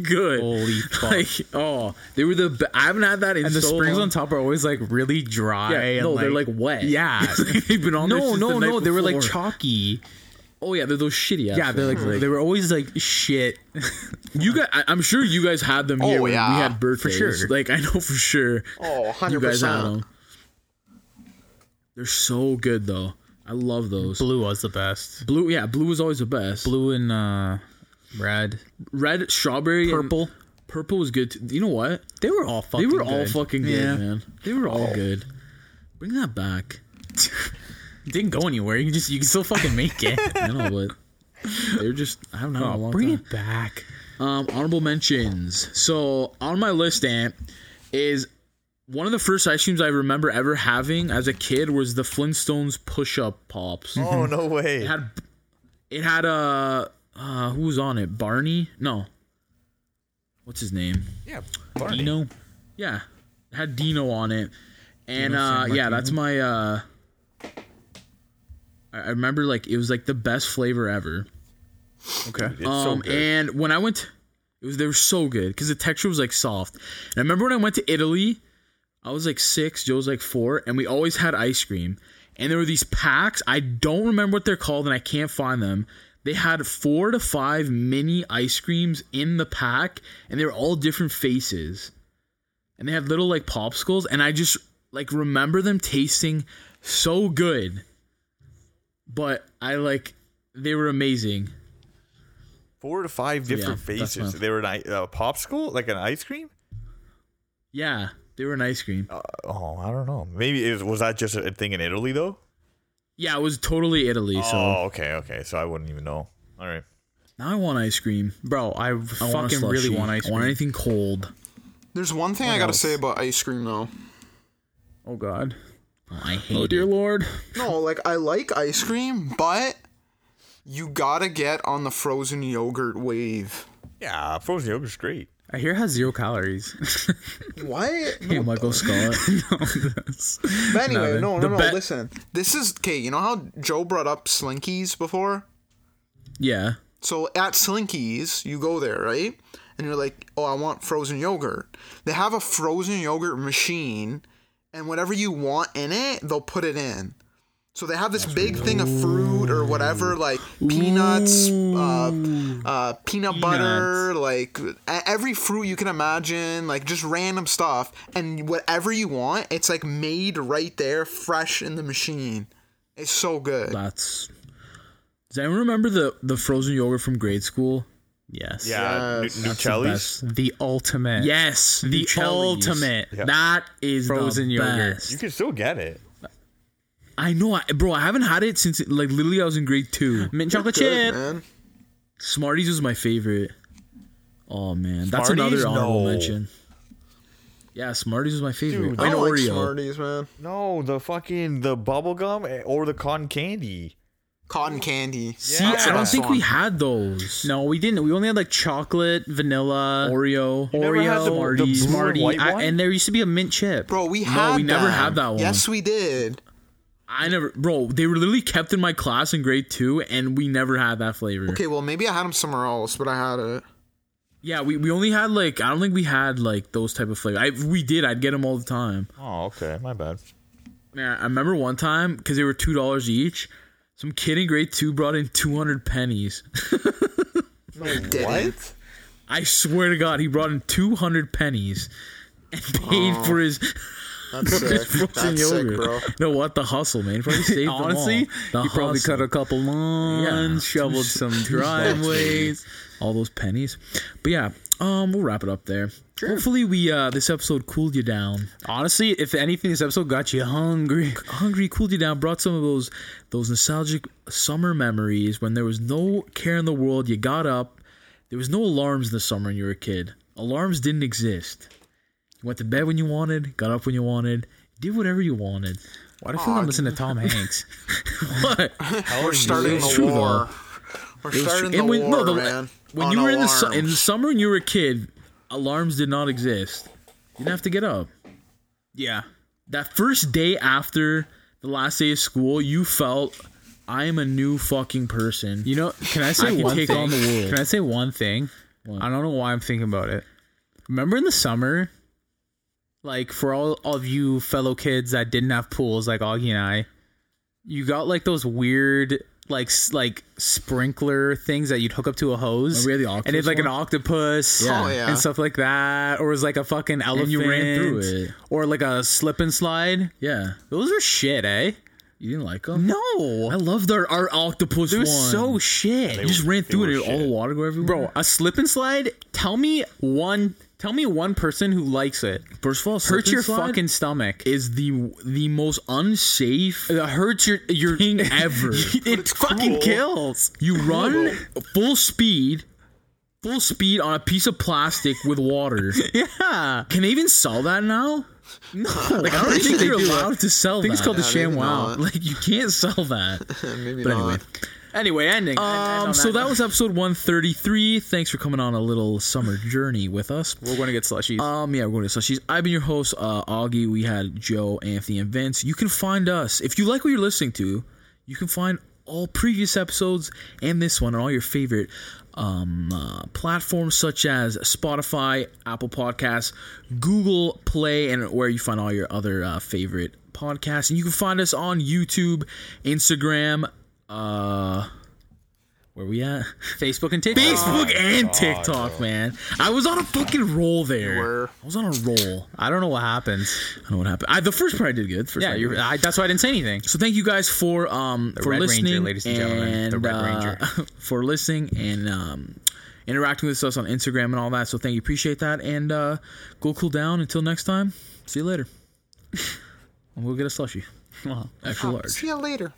S2: good. <laughs>
S4: Holy fuck.
S2: Like oh, they were the be- I haven't had that in
S4: and the
S2: so
S4: springs
S2: long.
S4: on top are always like really dry.
S2: Yeah,
S4: and,
S2: no, they're like wet. <laughs>
S4: Yeah.
S2: They've been on. there
S4: no,
S2: since the
S4: no,
S2: night
S4: no. They were like
S2: before.
S4: chalky.
S2: Oh yeah, they're those shitty. Ass
S4: Yeah, they're like,
S2: ones.
S4: they were always like shit.
S2: you guys. I, I'm sure you guys had them here.
S3: Oh,
S2: when
S3: yeah.
S2: we had birthdays.
S4: For sure.
S2: Like I know for sure.
S3: Oh, 100%.
S2: you guys had them. They're so good though. I love those.
S4: Blue was the best.
S2: Blue, yeah, blue is always the best.
S4: Blue and uh red,
S2: red, strawberry, and-
S4: purple.
S2: Purple was good. Too. You know what?
S4: They were all fucking.
S2: They were all
S4: good.
S2: fucking good,
S4: Yeah.
S2: man. They were all good. Bring that back.
S4: <laughs> Didn't go anywhere. You can just you can still fucking
S2: <laughs>
S4: make it. Oh,
S2: I know, but they're just I don't know. a long
S4: Bring
S2: time.
S4: it back.
S2: Um, honorable mentions. So on my list, Ant, is one of the first ice creams I remember ever having as a kid was the Flintstones push up pops.
S1: Oh no way.
S2: It had it had uh, uh who was on it? Barney? No. What's his name?
S1: Yeah, Barney.
S4: No,
S2: Yeah. It had Dino on it. And
S4: Dino
S2: uh
S4: San
S2: yeah, that's my uh I I remember like it was like the best flavor ever.
S4: okay.
S1: It's so
S2: Um,
S1: good.
S2: and when I went, it was they were so good because the texture was like soft. And I remember when I went to Italy, I was like six, Joe was like four, and we always had ice cream. And there were these packs. I don't remember what they're called, and I can't find them. They had four to five mini ice creams in the pack, and they were all different faces. And they had little like popsicles, and I just like remember them tasting so good. But I like they were amazing.
S1: Four to five different
S2: Yeah, that's
S1: faces.
S2: my-
S1: They were an i- uh, popsicle, like an ice cream.
S2: Yeah, they were an ice cream.
S1: Oh, I don't know. Maybe it was, was that just a thing in Italy though?
S2: Yeah, it was totally Italy. So
S1: oh, okay, okay. So I wouldn't even know. All right.
S2: now I want ice cream.
S4: Bro, I,
S2: I want a
S4: fucking really
S2: slushie.
S4: want ice
S2: I want
S4: cream.
S2: anything cold.
S3: There's one thing I gotta say about ice cream though.
S4: Oh god.
S2: Oh, I hate.
S4: Oh dear
S2: It.
S4: lord.
S3: No, like I like ice cream, but you gotta get on the frozen yogurt wave.
S1: Yeah, frozen yogurt's great.
S4: I hear it has zero calories.
S2: <laughs>
S3: What?
S2: Hey, Michael Scott. <laughs>
S3: But anyway, no, no, no.
S2: bet-
S3: listen, this is okay. You know how Joe brought up Slinkies before?
S2: yeah,
S3: So at Slinkies, you go there, right? And you're like, oh, I want frozen yogurt. They have a frozen yogurt machine, and whatever you want in it, they'll put it in. So they have this big thing of fruit or whatever, like peanuts, uh, uh, peanut butter, like e- every fruit you can imagine, like just random stuff. And whatever you want, it's like made right there, fresh in the machine. It's so good.
S2: that's. Does anyone remember the the frozen yogurt from grade school?
S4: Yes.
S1: Yeah,
S3: Yes.
S1: nu-
S2: the
S1: Nucelli's.
S2: best.
S4: The
S2: <laughs>
S4: ultimate.
S2: Yes,
S4: The
S2: Nucelli's.
S4: ultimate.
S1: Yeah.
S2: That is
S4: Frozen
S2: frozen
S4: yogurt.
S2: yogurt.
S1: You can still get it.
S2: I know, I, bro. I haven't had it since like literally I was in grade two.
S4: Mint chocolate
S3: Good,
S4: chip.
S3: man.
S2: Smarties was my favorite. Oh man, that's
S1: Smarties?
S2: another honorable
S1: No.
S2: mention. Yeah, Smarties was my favorite.
S1: Dude,
S2: and
S3: I don't like
S2: Oreo.
S3: Smarties, man.
S1: No, the fucking the bubble gum eh, or the cotton candy.
S3: Cotton candy.
S2: See, I don't think we had those.
S4: No, we didn't. We only had like chocolate, vanilla,
S2: Oreo.
S1: never had the-
S4: Oreo,
S1: the blue and
S4: Smartie,
S1: white
S4: I-
S1: one?
S4: and there used to be a mint chip.
S3: Bro, we had
S2: we never
S3: that.
S2: had that one.
S3: Yes, we did.
S2: I never, bro. They were literally kept in my class in grade two, and we never had that flavor.
S3: Okay, well, maybe I had them somewhere else, but I had it.
S2: Yeah, we, we only had like I don't think we had like those type of flavor. I we did. I'd get them all the time.
S1: Oh, okay. My bad.
S2: Man, I remember one time because they were two dollars each. Some kid in grade two brought in two hundred pennies.
S3: Didn't.
S2: I swear to God, he brought in two hundred pennies and paid for
S4: <laughs>
S2: his <laughs>
S3: That's sick.
S2: frozen
S3: That's sick,
S2: yogurt.
S3: bro.
S2: No, what the hustle, man? He Probably saved
S4: <laughs> Honestly,
S2: them all. The
S4: he probably
S2: hustle.
S4: cut a couple <laughs>
S2: Yeah, <laughs>
S4: lawns, shoveled some driveways.
S2: all those pennies. But yeah, um, we'll wrap it up there. Hopefully, we uh this episode cooled you down.
S4: Honestly, if anything, this episode got you hungry.
S2: <laughs> Hungry cooled you down. Brought some of those those nostalgic summer memories when there was no care in the world. You got up. There was no alarms in the summer when you were a kid. Alarms didn't exist. You went to bed when you wanted. Got up when you wanted. Did whatever you wanted.
S4: Why do I feel like I'm listening to Tom Hanks?
S2: <laughs> What?
S4: <laughs>
S3: We're starting
S2: It's
S3: the
S2: true,
S3: war. We're starting the
S2: And when-
S3: war,
S2: no, the-
S3: man.
S2: When
S3: On
S2: you were in the, su-
S3: alarms.
S2: in the summer when you were a kid, alarms did not exist. You didn't have to get up.
S4: yeah.
S2: that first day after the last day of school, you felt I am a new fucking person.
S4: You know,
S2: <laughs>
S4: can I
S2: I
S4: say
S2: can
S4: one
S2: take
S4: thing?
S2: on the world.
S4: Can I say one thing? I don't know why I'm thinking about it. Remember in the summer, like for all of you fellow kids that didn't have pools, like Augie and I, you got like those weird like s- like sprinkler things that you'd hook up to a hose,
S2: Remember we had the
S4: and it's
S2: octopus
S4: like an
S2: one?
S4: octopus,
S2: Yeah.
S3: Oh, yeah.
S4: and stuff like that, or it was like a fucking elephant,
S2: you ran through it.
S4: or like a slip and slide.
S2: yeah,
S4: Those are shit, eh?
S2: you didn't like them.
S4: No,
S2: I loved our, our octopus
S4: they're
S2: one.
S4: so shit.
S2: you just ran
S1: They
S2: through it.
S1: were
S2: and All the
S1: shit.
S2: water go everywhere,
S4: Bro, a slip and slide. Tell me one. Tell me one person who likes it.
S2: First of all, slip
S4: Hurts
S2: and
S4: your
S2: slide
S4: fucking stomach. It,
S2: is the the most
S4: <laughs>
S2: unsafe
S4: hurts your your. <laughs>
S2: thing ever. <laughs>
S4: it fucking
S1: cool.
S4: kills.
S2: You run full speed, full speed on a piece of plastic with water.
S4: <laughs> Yeah.
S2: Can they even sell that now?
S4: No.
S2: Like, I
S4: <laughs>
S2: don't think
S4: they
S2: they're
S4: do.
S2: allowed to sell.
S4: I think it's
S2: that.
S4: called the
S3: Yeah,
S4: sham
S3: maybe
S4: wow.
S2: Like you can't sell that.
S4: <laughs>
S3: Maybe
S2: But
S3: not.
S2: anyway,
S4: Anyway, ending.
S2: um, so that was episode 133. Thanks for coming on a little summer journey with us.
S4: We're gonna get slushies.
S2: Um, yeah, we're going to slushies. I've been your host, uh, Augie. We had Joe, Anthony, and Vince. You can find us if you like what you're listening to. You can find all previous episodes and this one on all your favorite um, uh, platforms such as Spotify, Apple Podcasts, Google Play, and where you find all your other uh, favorite podcasts. And you can find us on YouTube, Instagram. Uh, where we at?
S4: <laughs> Facebook and TikTok. Oh,
S2: Facebook and TikTok, man. I was on a fucking roll there.
S3: were.
S2: I was on a roll.
S4: I don't know what happens.
S2: I don't know what happened. I, the first part I did good. First
S4: Yeah,
S2: part I
S4: you're,
S2: did good.
S4: I, that's why I didn't say anything.
S2: So thank you guys for um for
S4: Red Ranger,
S2: listening,
S4: ladies and gentlemen. The Red
S2: uh, <laughs>
S4: Ranger.
S2: for listening and um interacting with us on Instagram and all that. So thank you, appreciate that, and uh, go cool down. Until next time, see you
S4: <laughs>
S2: later. and we'll get a slushie, extra large.
S3: See you later.